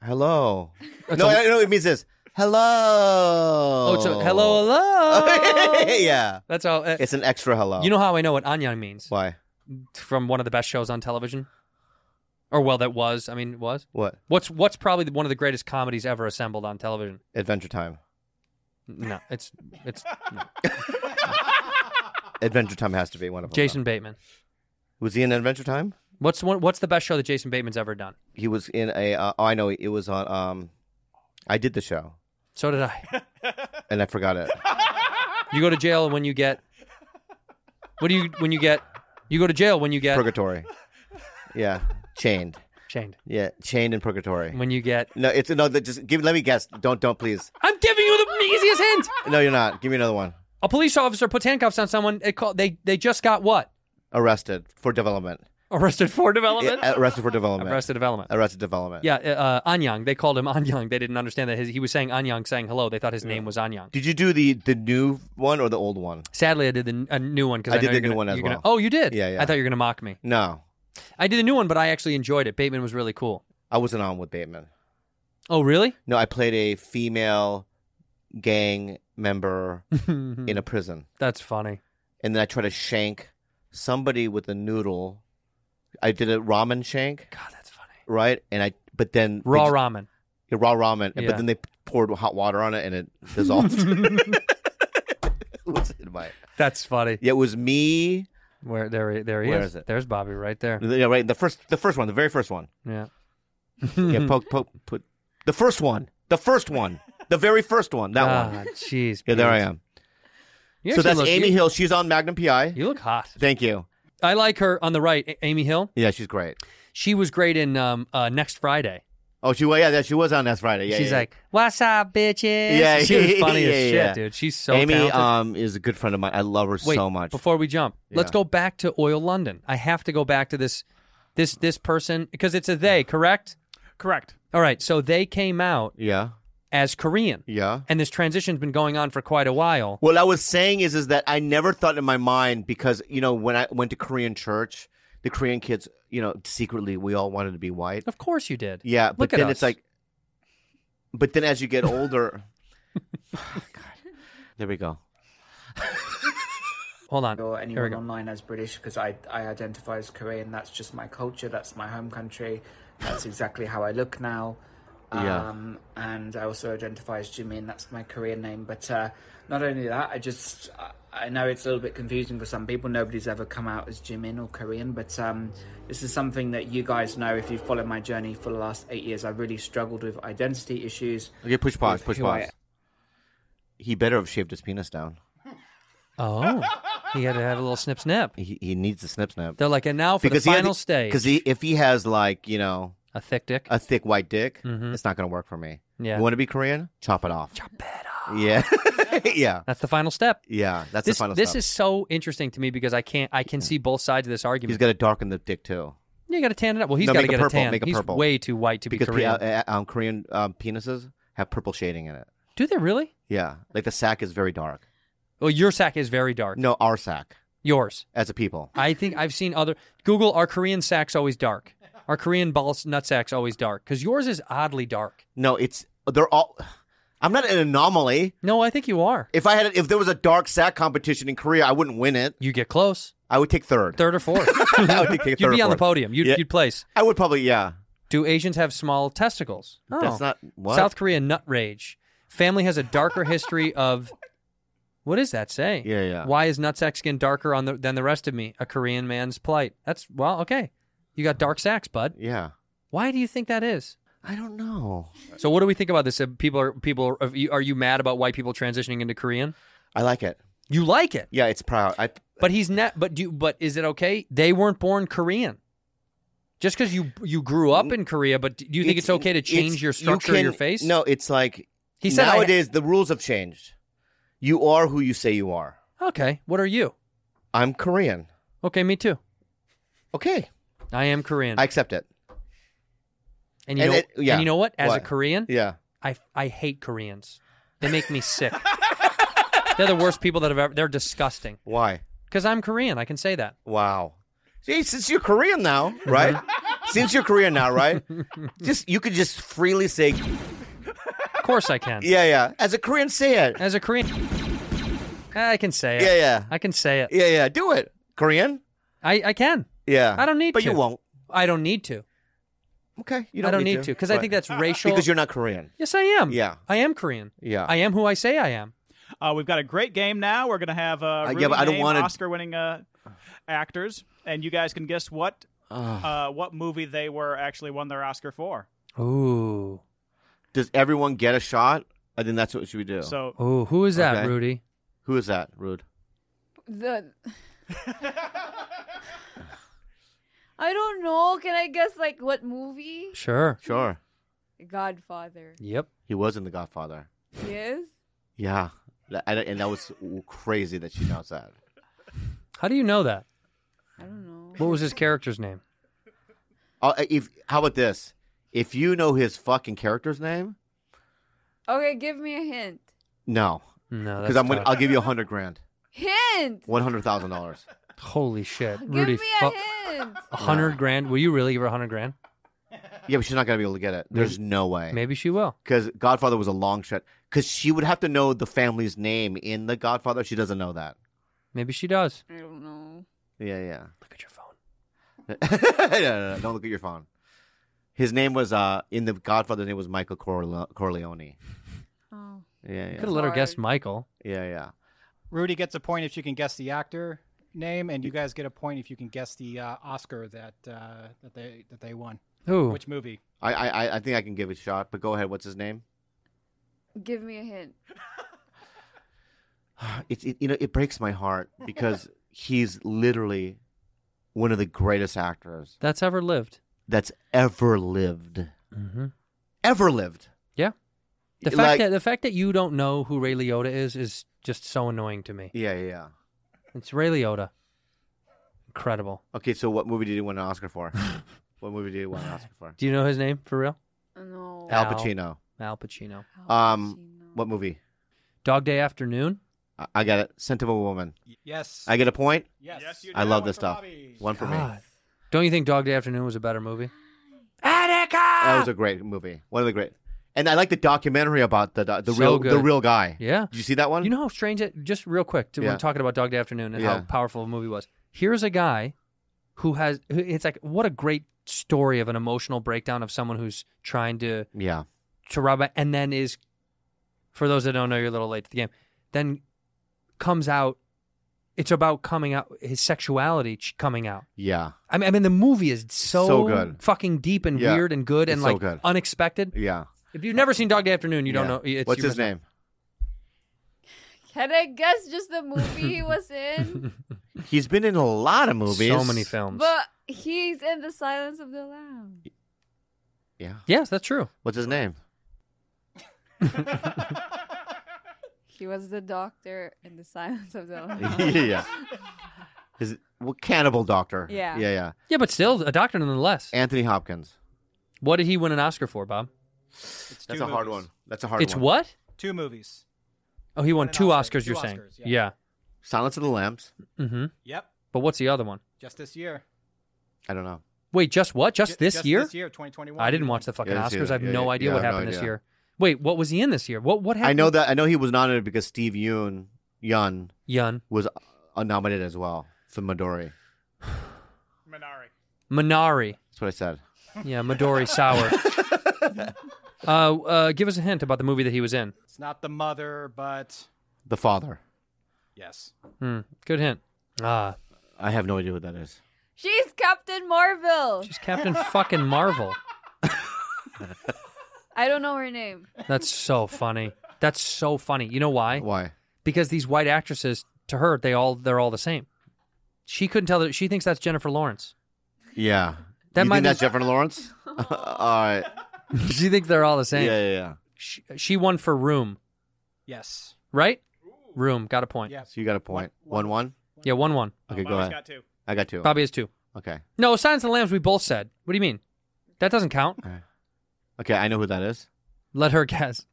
B: Hello.
A: That's
B: no,
A: a-
B: I know it means this. Hello.
A: Oh,
B: Oh,
A: it's a
B: (laughs)
A: hello, hello.
B: yeah.
A: That's all. uh,
B: It's an extra hello.
A: You know how I know what anyang means?
B: Why?
A: From one of the best shows on television, or well, that was. I mean, it was.
B: what?
A: What's what's probably one of the greatest comedies ever assembled on television?
B: Adventure Time.
A: No, it's it's no.
B: Adventure Time has to be one of them.
A: Jason Bateman.
B: Was he in Adventure Time?
A: What's one, what's the best show that Jason Bateman's ever done?
B: He was in a. Uh, oh, I know. It was on. Um, I did the show
A: So did I.
B: and I forgot
A: (laughs)
B: it.
A: You go to jail when you get. What do you when you get? You go to jail when you get
B: purgatory. Yeah, chained.
A: Chained.
B: Yeah, chained in purgatory.
A: When you get.
B: No, it's no. Just give. Let me guess. Don't. Don't please.
A: I'm giving you the easiest hint.
B: No, you're not. Give me another one.
A: A police officer puts handcuffs on someone. It call, they they just got what?
B: Arrested for development.
A: Arrested for development.
B: Yeah, arrested for development.
A: Arrested development.
B: Arrested development.
A: Yeah, uh, uh, Anyang. They called him (laughs) Anyang. They didn't understand that his, he was saying Anyang, saying hello. They thought his name was Anyang.
B: Did you do the the new one or the old one?
A: Sadly, I did the, n- a new one because
B: I
A: I,
B: did
A: know
B: the
A: you're
B: new
A: gonna-
B: one as
A: you're gonna-
B: well.
A: oh, you did?
B: Yeah, yeah.
A: I thought you were going to mock me.
B: No,
A: I did the new one, but I actually enjoyed it. Bateman was really cool.
B: I wasn't on with Bateman.
A: Oh, really?
B: No, I played a female gang member
A: (laughs)
B: in a prison.
A: That's funny.
B: And then I tried to shank somebody with a noodle. I did a ramen shank. God,
A: that's funny.
B: Right? And I, but then they
A: Raw
B: just-
A: ramen.
B: Yeah, raw ramen.
A: Yeah.
B: But then they poured hot water on it and it
A: (laughs)
B: dissolved. (laughs) It was in my-
A: That's funny.
B: Yeah, it was me.
A: Where there there he
B: Where
A: is.
B: is it?
A: There's Bobby right there.
B: Yeah, right. The first, the first one, the very first one.
A: Yeah. Mm-hmm.
B: yeah, poke, poke, put the first one, the first one, the very first one, that
A: Ah,
B: one.
A: Jeez.
B: Yeah, there I
A: Pete.
B: am.
A: You
B: so
A: actually
B: that's
A: look-
B: Amy
A: you-
B: Hill. She's on Magnum PI.
A: You look hot.
B: Thank you.
A: I like her on the right, A- Amy Hill.
B: Yeah, she's great.
A: She was great in um, uh, Next Friday.
B: Oh, she was. Yeah, that- she was on last Friday. Yeah,
A: She's
B: yeah,
A: like, "What's up, bitches?"
B: yeah, (laughs)
A: she was funny
B: yeah,
A: as shit,
B: yeah.
A: dude. She's so
B: Amy
A: talented.
B: um is a good friend of mine. I love her
A: Wait,
B: so much.
A: Before we jump, let's
B: Yeah.
A: go back to Oil London. I have to go back to this, this, this person because it's a they, correct?
T: Correct.
A: All right, so they came out
B: yeah,
A: as Korean,
B: yeah.
A: and this transition's been going on for quite a while.
B: What I was saying is, is that I never thought in my mind because you know when I went to Korean church, the Korean kids, you know, secretly we all wanted to be white.
A: Of course, you did.
B: Yeah, but
A: Look at
B: then
A: us.
B: it's like, but then as you get
A: (laughs)
B: older, (sighs) there we go.
A: Hold on.
K: Or
A: Here we
K: anyone
A: go.
K: online as British because I, I identify as Korean. That's just my culture. That's my home country. That's exactly how I look now.
B: Yeah.
K: Um, and I also identify as Jimmy, and that's my Korean name. But uh, not only that, I just I- I know it's a little bit confusing for some people. Nobody's ever come out as Jimin or Korean, but um, this is something that you guys know if you've followed my journey for the last eight years. I've really struggled with identity issues.
B: Okay, push pause.
K: with
B: Push
K: who I
B: pause. He better have shaved his penis down.
A: Oh, he had to have a little snip snip.
B: He, he needs the snip snap.
A: They're like, and now for the final stage.
B: Because he, Uh, if he has like you know
A: a thick dick,
B: a thick white dick,
A: Mhm.
B: it's not going to work for me.
A: Yeah.
B: You want to be Korean? Chop it off. Chop it off. Yeah, yeah, (laughs)
A: that's the final step.
B: yeah. That's
A: this,
B: the final.
A: This
B: step.
A: is so interesting to me because I can't. I can see both sides of this argument.
B: He's got to darken the dick too.
A: You got to tan it up. Well, he's
B: No,
A: got to
B: make it
A: get
B: purple,
A: a tan.
B: make it
A: he's
B: purple.
A: way too white to
B: because
A: be
B: pe-
A: Korean.
B: uh, uh, um, Korean um, penises have purple shading in it.
A: Do they really?
B: Yeah, like the sack is very dark.
A: Well, your sack is very dark.
B: No, our sack
A: Yours.
B: as a people.
A: I think I've seen other. Google, are Korean sacks always dark? Are Korean balls nut sacks always dark? Because yours is oddly dark.
B: No, it's they're all. I'm not an anomaly.
A: No, I think you are.
B: If I had, if there was a dark sack competition in Korea, I wouldn't win it.
A: You get close.
B: I would take third.
A: Third or fourth.
B: (laughs) I would take
A: You'd (laughs)
B: third or
A: be on the
B: fourth.
A: podium. You'd,
B: Yeah.
A: you'd place.
B: I would probably, yeah.
A: Do Asians have small testicles?
B: That's not- what?
A: South Korea nut rage. Family has a darker history of. What does that say?
B: Yeah, yeah.
A: Why is nutsack skin darker on the, than the rest of me? A Korean man's plight. That's well, okay. You got dark sacks, bud.
B: Yeah.
A: Why do you think that is?
B: I don't know.
A: So what do we think about this? Uh, People are people are, are you- are you mad about white people transitioning into Korean?
B: I like it.
A: You like it?
B: Yeah, it's proud. I
A: But he's not. But do you- but is it okay? They weren't born Korean. Just because you you grew up in Korea, but do you think it's, okay to change
B: it's-
A: your
B: you
A: structure of your
B: can-
A: face?
B: No, it's like
A: He said I-
B: nowadays the rules have changed. You are who you say you are.
A: Okay. What are you?
B: I'm Korean.
A: Okay, me too.
B: Okay.
A: I am Korean.
B: I accept it.
A: and you
B: and
A: know,
B: it- yeah.
A: and you know what? As
B: What?
A: a Korean,
B: Yeah.
A: I I hate Koreans. They make me sick. (laughs) they're the worst people that have ever. They're disgusting.
B: Why?
A: Because I'm Korean. I can say that.
B: Wow. See, since you're Korean now,
A: (laughs)
B: right? since you're Korean now, right? just you could just freely say.
A: Of course I can.
B: Yeah, yeah. As a Korean, say it.
A: As a Korean, I can say it.
B: Yeah, yeah.
A: I can say it.
B: Yeah, yeah. Do it. Korean.
A: I I can.
B: Yeah.
A: I don't need
B: But
A: to.
B: you won't.
A: I don't need to.
B: Okay. You
A: I
B: don't
A: don't need to because I
B: Right.
A: think that's racial.
B: Because you're not Korean.
A: Yes, I am.
B: Yeah.
A: I am Korean.
B: Yeah.
A: I am who I say I am.
U: Uh, we've got a great game now. We're going to have uh,
B: yeah,
U: Rudy
B: but I don't
U: Name
B: wanna-
U: Oscar-winning uh, actors, and you guys can guess what uh, what movie they were actually won their Oscar for.
A: Ooh.
B: Does everyone get a shot? I think that's what should we do.
U: So-
A: Ooh, who is that,
B: Okay.
A: Rudy?
B: Who is that, Rude?
G: The... (laughs) I don't know. Can I guess like what movie?
A: Sure.
B: Sure.
G: Godfather.
A: Yep.
B: He was in The Godfather.
G: Yes.
B: Yeah. That- And, and that was crazy that she knows that.
A: How do you know that? I don't know. What was his character's name?
B: Uh, if how about this? If you know his fucking character's name,
G: Okay, give me a hint.
B: no,
A: no,
B: because
A: that's
B: I'm gonna,
A: tough.
B: I'll give you a hundred grand,
G: Hint.
B: one hundred thousand
A: (laughs)
B: dollars.
A: Holy shit, Rudy!
G: give me a
A: fuck-
G: hint.
A: a hundred grand? Will you really give her a hundred grand?
B: Yeah, but she's not gonna be able to get it. There's no way.
A: Maybe she will.
B: Because Godfather was a long shot. Because she would have to know the family's name in The Godfather. She doesn't know that.
A: Maybe she does.
G: (laughs) I don't know.
B: Yeah, yeah.
A: Look at your phone.
B: (laughs) no, no, no, don't look at your phone. His name was uh in the Godfather's name was Michael Corle- Corleone.
G: Oh.
B: Yeah, yeah.
A: Could have let her guess Michael.
B: Yeah, yeah.
T: Rudy gets a point if she can guess the actor name, and you guys get a point if you can guess the uh, Oscar that uh, that they that they won.
A: Ooh.
T: Which movie?
B: I, I, I- I think I can give it a shot. But go ahead. What's his name?
G: Give me a hint.
B: (sighs) It's it, you know it breaks my heart (laughs) because he's literally one of the greatest actors
A: That's ever lived.
B: that's ever lived,
A: Mm-hmm.
B: ever lived.
A: Yeah. The fact
B: Like-
A: that the fact that you don't know who Ray Liotta is is just so annoying to me.
B: Yeah, yeah. yeah.
A: It's Ray Liotta. Incredible.
B: Okay, so what movie did he win an Oscar
A: (laughs)
B: for? what movie did he win an Oscar for?
A: Do you know his name for real?
G: No.
B: Al Pacino.
A: Al Pacino.
B: Um, what movie?
A: Dog Day Afternoon.
B: I, I got it. Scent of a Woman.
T: yes.
B: I get a point.
T: Yes. Yes, you
B: I
T: do.
B: love
T: One
B: this
T: for
B: stuff.
T: Bobby.
B: One for me.
A: God. Don't you think Dog Day Afternoon was a better movie?
B: That was a great movie. One of the great. And I like the documentary about the the
A: So
B: real the
A: good.
B: real guy.
A: Yeah.
B: Did you see that one?
A: You know how strange it. Just real quick, to,
B: Yeah.
A: when talking about Dog Day Afternoon and
B: Yeah.
A: how powerful a movie was. Here's a guy who has. Who, it's like what a great story of an emotional breakdown of someone who's trying to
B: Yeah.
A: to rob a- and then is for those that don't know you're a little late to the game then comes out it's about coming out his sexuality ch- coming out
B: Yeah.
A: I mean, I mean the movie is so,
B: So good.
A: fucking deep and
B: Yeah.
A: weird and good and
B: It's so
A: like
B: good.
A: unexpected
B: Yeah.
A: if you've never seen Dog Day Afternoon you don't
B: Yeah.
A: know it's,
B: What's
A: you
B: his
A: must-
B: name?
G: Can I guess just the movie
B: (laughs)
G: he was in?
B: He's been in a lot of movies.
A: so many films
G: but he's in The Silence of the Lambs.
B: Yeah.
A: yes that's true
B: What's his name? (laughs)
G: He was the doctor in The Silence of
B: (laughs)
G: the Lambs.
B: yeah. His well, cannibal doctor.
G: Yeah.
B: Yeah. Yeah.
A: yeah but still a doctor nonetheless
B: Anthony Hopkins.
A: what did he win an Oscar for Bob
U: It's
B: That's
U: two
B: a hard
U: movies.
B: one. That's a hard
A: it's
B: one.
A: what
U: Two movies.
A: oh he won
U: An
A: two
U: Oscar,
A: Oscars
U: two
A: you're saying
U: Oscars,
A: yeah,
U: yeah.
B: Silence of the Lambs.
A: hmm
U: Yep.
A: but what's the other one
U: Just this year.
B: I don't know.
A: wait just what just
U: Ju-
A: this
U: just
A: year
U: This year, 2021.
A: I didn't watch the fucking
B: Yeah, I see
A: Oscars.
B: that.
A: I have
B: Yeah,
A: no
B: yeah,
A: idea
B: yeah,
A: what
B: I have no
A: happened this
B: idea.
A: year. Wait, what was he in this year? What what happened?
B: I know that I know he was nominated because Steve Yoon Yun
A: Yun.
B: was uh, nominated as well for Midori.
A: Minari.
B: That's what I said.
A: Yeah,
B: (laughs)
A: Midori Sour. uh, uh, give us a hint about the movie that he was in.
T: It's not the mother, but
B: The father.
T: yes.
A: Hmm, good hint. Ah,
B: I have no idea what that is.
G: She's Captain Marvel.
A: She's Captain fucking Marvel.
G: I don't know her name.
A: That's so funny. That's so funny. You know why?
B: Why?
A: Because these white actresses, to her, they all they're all the same. She couldn't tell that she thinks that's Jennifer Lawrence. (laughs)
B: Yeah.
A: That
B: you
A: might
B: think
A: be-
B: that's Jennifer
A: (laughs)
B: Lawrence? (laughs) All right.
A: she thinks they're all the same.
B: Yeah, yeah, yeah.
A: She, she won for Room,
T: Yes.
A: right? Room got a point.
T: Yeah.
B: So you got a point. One, one.
A: Yeah, one one.
B: Okay, go
A: Bobby's
B: ahead.
A: got two.
B: I got two.
A: Bobby has two.
B: Okay.
A: No, Silence of the Lambs. We both said. What do you mean? That doesn't count. (laughs)
B: Okay, I know who that is.
A: Let her guess.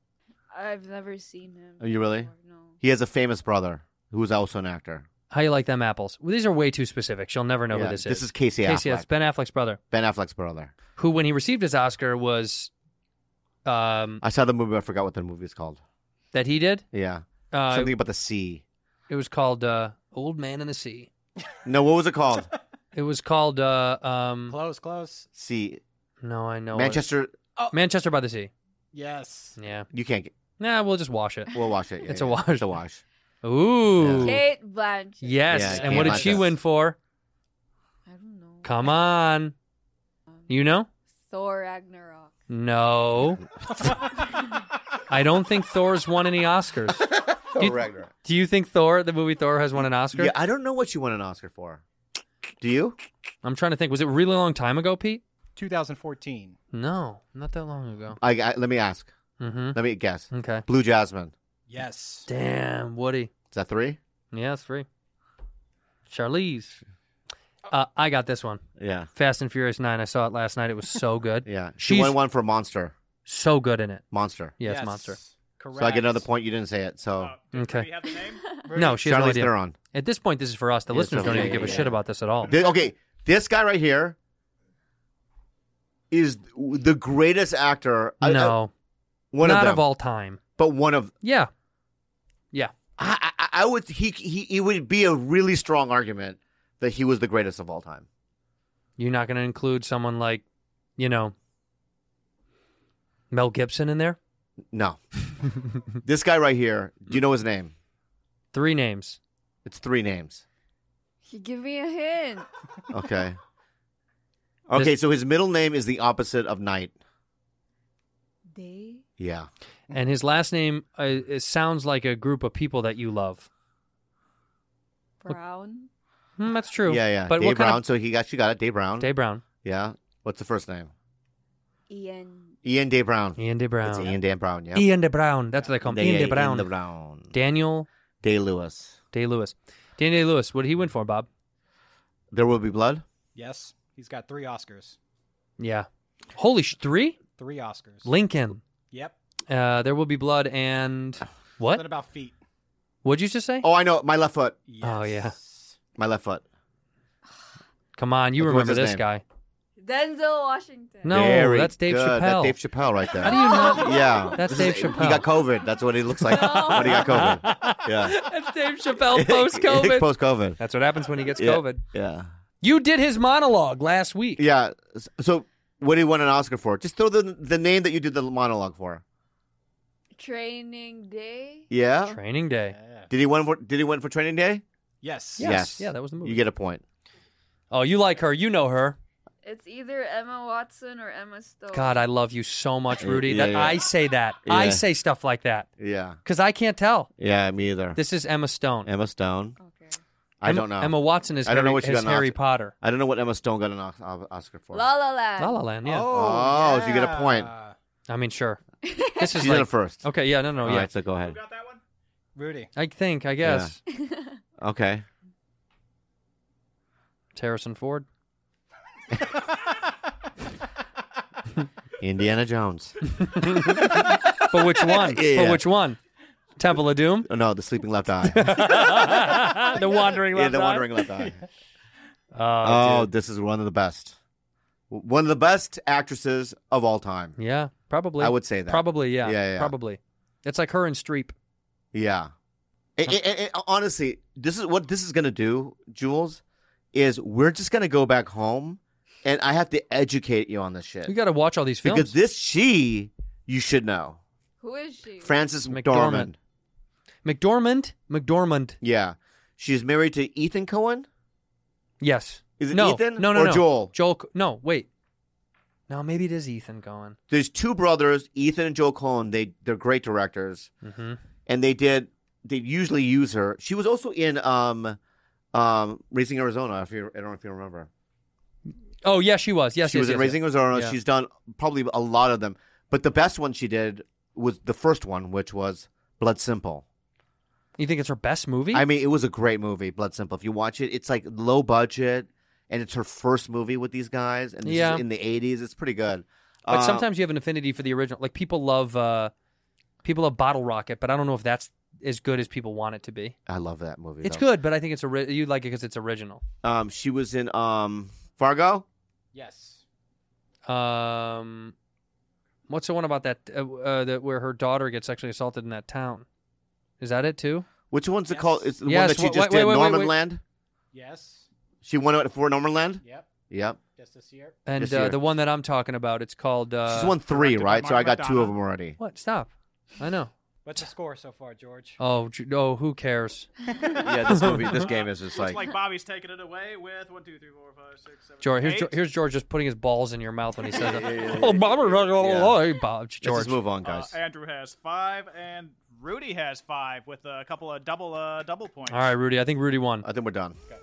G: I've never seen him.
B: Are you really? He has a famous brother who's also an actor.
A: How you like them apples? Well, these are way too specific. She'll never know
B: Yeah,
A: who this is.
B: this is Casey
A: Casey.
B: Affleck.
A: It's Ben Affleck's brother,
B: Ben Affleck's brother.
A: who, when he received his Oscar, was um,
B: I saw the movie. I forgot what the movie is called.
A: that he did.
B: Yeah.
A: Uh,
B: Something about the sea.
A: It was called uh, Old Man and the Sea.
B: No, what was it
A: (laughs)
B: called?
A: It was called uh, um,
T: Close, close.
B: sea.
A: No, I know it.
B: Manchester.
A: Manchester by the Sea.
T: Yes.
A: Yeah.
B: You can't get.
A: Nah, we'll just wash it.
B: We'll watch
A: (laughs)
B: it. Yeah,
A: It's
B: yeah,
A: a wash.
B: It's a wash.
A: Ooh.
G: Kate Blanchett.
A: Yes.
B: Yeah,
A: and what
B: Kate
A: did she
B: Blanchett.
A: win for? I don't know. Come on. You know?
G: Thor Ragnarok.
A: No. I don't think Thor's won any Oscars.
B: Thor
A: do, you,
B: Ragnarok.
A: do you think Thor, the movie Thor, has won an Oscar?
B: Yeah, I don't know what she won an Oscar for. Do you?
A: I'm trying to think. Was it a really long time ago, Pete?
T: 2014.
A: No, not that long ago.
B: I, I let me ask.
A: Mhm.
B: Let me guess.
A: Okay.
B: Blue Jasmine.
T: Yes.
A: Damn, Woody.
B: Is that three?
A: Yeah, it's free. Charlize. Uh, I got this one.
B: Yeah.
A: Fast and Furious 9. I saw it last night. It was so good.
B: (laughs) Yeah. She
A: She's
B: won one for Monster.
A: so good in it.
B: Monster.
A: Yeah, it's Monster.
T: Correct.
B: So I get another point. You didn't say it. So
A: Okay.
U: have the name?
A: No, Oh, she has no
B: Charlize
A: idea.
B: Theron.
A: At this point, this is for us. The
B: Yeah,
A: listeners
B: Charlize
A: don't even
B: Theron,
A: give a
B: yeah.
A: shit about this at all.
B: Th- okay, this guy right here is the greatest actor. I- I-
A: no.
B: uh, one
A: not
B: of, them,
A: all time.
B: but one of
A: Yeah. Yeah.
B: I, I, I would he, he it would be a really strong argument that he was the greatest of all time.
A: You're not going to include someone like, you know, Mel Gibson in there? (laughs)
B: No, this guy right here. Do you know his name?
A: Three names.
B: It's three names.
G: You give me a
B: (laughs)
G: hint.
B: Okay. Okay, so his middle name is the opposite of Knight.
G: Day.
B: Yeah.
A: And his last name uh, it sounds like a group of people that you love.
G: Brown.
A: Hmm, that's true.
B: Yeah, yeah.
A: But
B: Dave
A: what
B: Brown.
A: kind of
B: So he got you got it. Dave Brown.
A: Day Brown?
B: Yeah. What's the first name?
G: Ian.
B: Ian Day Brown.
A: Ian De Brown.
B: It's Ian Dan Brown. Yeah.
A: Ian De Brown. That's what they call him.
B: Yeah,
A: Ian
B: yeah,
A: De Brown.
B: Ian De Brown.
A: Daniel
B: Day Lewis.
A: Day Lewis. Daniel Day Lewis. What did he win for, Bob?
B: There will be blood.
T: Yes. He's got three Oscars.
A: Yeah. Holy sh! Three.
T: Three Oscars.
A: Lincoln.
T: Yep.
A: Uh, there will be blood and what?
T: Something about feet.
A: What'd you just say?
B: Oh, I know. My left foot.
A: Oh yeah.
B: My left foot.
A: Come on, you
B: What's
A: remember
B: his
A: this
B: name?
A: guy?
G: Denzel Washington.
A: No,
B: Very
A: that's Dave
B: good.
A: Chappelle.
B: That's Dave Chappelle right there.
A: How do
B: (laughs)
A: you know?
B: Yeah.
A: That's
B: This is-
A: Dave
B: He got
A: Chappelle.
B: COVID. That's what he looks
A: (laughs)
B: like when he got COVID. Yeah.
A: that's Dave
B: (laughs)
A: (laughs) Chappelle post COVID.
B: Post COVID.
A: that's what happens when he gets
B: Yeah.
A: COVID.
B: Yeah.
A: You did his monologue last week.
B: Yeah. S- So what do you want an Oscar for? Just throw the the name that you did the monologue for.
G: Training Day.
B: Yeah.
A: Training Day.
B: Did he win for Did he win for Training Day?
T: Yes.
A: Yes. Yeah, that was the movie.
B: You get a point.
A: Oh, you like her. You know her.
G: It's either Emma Watson or Emma Stone.
A: God, I love you so much,
B: Yeah,
A: Rudy.
B: yeah,
A: that
B: Uh, yeah.
A: I say that. I
B: Yeah.
A: say stuff like that
B: Yeah.
A: because I can't tell.
B: Yeah. Me either.
A: This is Emma Stone.
B: Emma Stone. Okay. I
A: Emma-
B: don't know.
A: Emma Watson is
B: I don't know
A: Harry-
B: what she
A: is
B: got an
A: Harry
B: Oscar-
A: Potter.
B: I don't know what Emma Stone got an Os- Os- Oscar for.
G: La La Land.
A: La La Land. Yeah.
B: Oh, so you get a point.
T: yeah.
A: I mean, sure. This is
B: She's in
A: like,
B: it first.
A: Okay. Yeah. No. No.
B: All
A: yeah.
B: right, so go ahead.
T: Rudy.
A: I think. I guess.
B: Okay.
A: It's Harrison Ford.
B: Indiana
A: (laughs)
B: Jones. (laughs)
A: But which one?
B: Yeah.
A: But which one? Temple
B: (laughs)
A: of Doom.
B: Oh, no, the sleeping left
A: (laughs)
B: eye.
A: the Wandering
B: yeah,
A: Left.
B: the
A: Eye?
B: wandering left eye.
A: Oh,
B: oh, this is one of the best. W- One of the best actresses of all time.
A: dude. Yeah. Probably.
B: Oh. I would say that.
A: Probably. Yeah.
B: Yeah, yeah.
A: Probably. It's like her and Streep.
B: Yeah. A- a- a- a- honestly, this is what this is going to do, Jules, is we're just going to go back home and I have to educate you on this shit.
A: You gotta watch all these films.
B: because this she you should know.
G: Who is she?
B: Frances McDormand.
A: McDormand? McDormand.
B: Yeah. She's married to Ethan Cohen?
A: Yes.
B: Is it
A: no,
B: Ethan
A: No, no,
B: or
A: no.
B: Joel?
A: Joel. Co- No, wait. No, maybe it is Ethan Cohen.
B: There's two brothers, Ethan and Joel Cohen. They they're great directors.
A: Mhm.
B: And they did they usually use her. She was also in um um Raising Arizona, if you I don't know if you remember.
A: Oh, yeah, she was. Yes,
B: she
A: yes,
B: was in
A: yes,
B: Raising
A: yes.
B: Arizona.
A: Yeah.
B: She's done probably a lot of them, but the best one she did was the first one, which was Blood Simple.
A: You think it's her best movie?
B: I mean, it was a great movie, Blood Simple. If you watch it, it's like low budget, and it's her first movie with these guys, and this is
A: Yeah.
B: in the '80s, it's pretty good.
A: Like
B: Uh,
A: sometimes you have an affinity for the original. Like people love uh people love Bottle Rocket, but I don't know if that's as good as people want it to be.
B: I love that movie.
A: It's
B: though.
A: good, but I think it's ori- you like it because it's original.
B: Um, she was in um Fargo.
T: Yes.
A: Um, what's the one about that uh, uh, that where her daughter gets sexually assaulted in that town? Is that it too?
B: Which one's the call? It's the one
A: Yes,
B: that she
A: wait,
B: just
A: wait,
B: did,
A: wait, wait, wait.
B: Normanland.
T: Yes.
B: She won it for Normanland.
T: Yep.
B: Yep.
T: Just this year.
A: And
B: This
A: uh,
B: year.
A: the one that I'm talking about, it's called. Uh,
B: She's won three, right? So I got two of them
A: (laughs)
B: already.
A: What? Stop. I know.
T: What's the score so far, George?
A: Oh, j- oh, who cares?
B: yeah, this movie, this game is just
U: Looks
B: like.
U: like Bobby's taking it away with one, two, three, four, five, six, seven.
A: George, here's,
U: eight.
A: Geor- here's George just putting his balls in your mouth when he
B: (laughs)
A: says that.
U: Yeah, yeah, yeah,
A: Oh, Bob,
B: yeah.
A: Bob,
B: Let's just
A: George.
B: move on, guys.
U: Uh, Andrew has five, and Rudy has five with a couple of double uh, double points.
A: All right, Rudy. I think Rudy won.
B: I think we're done.
U: Okay.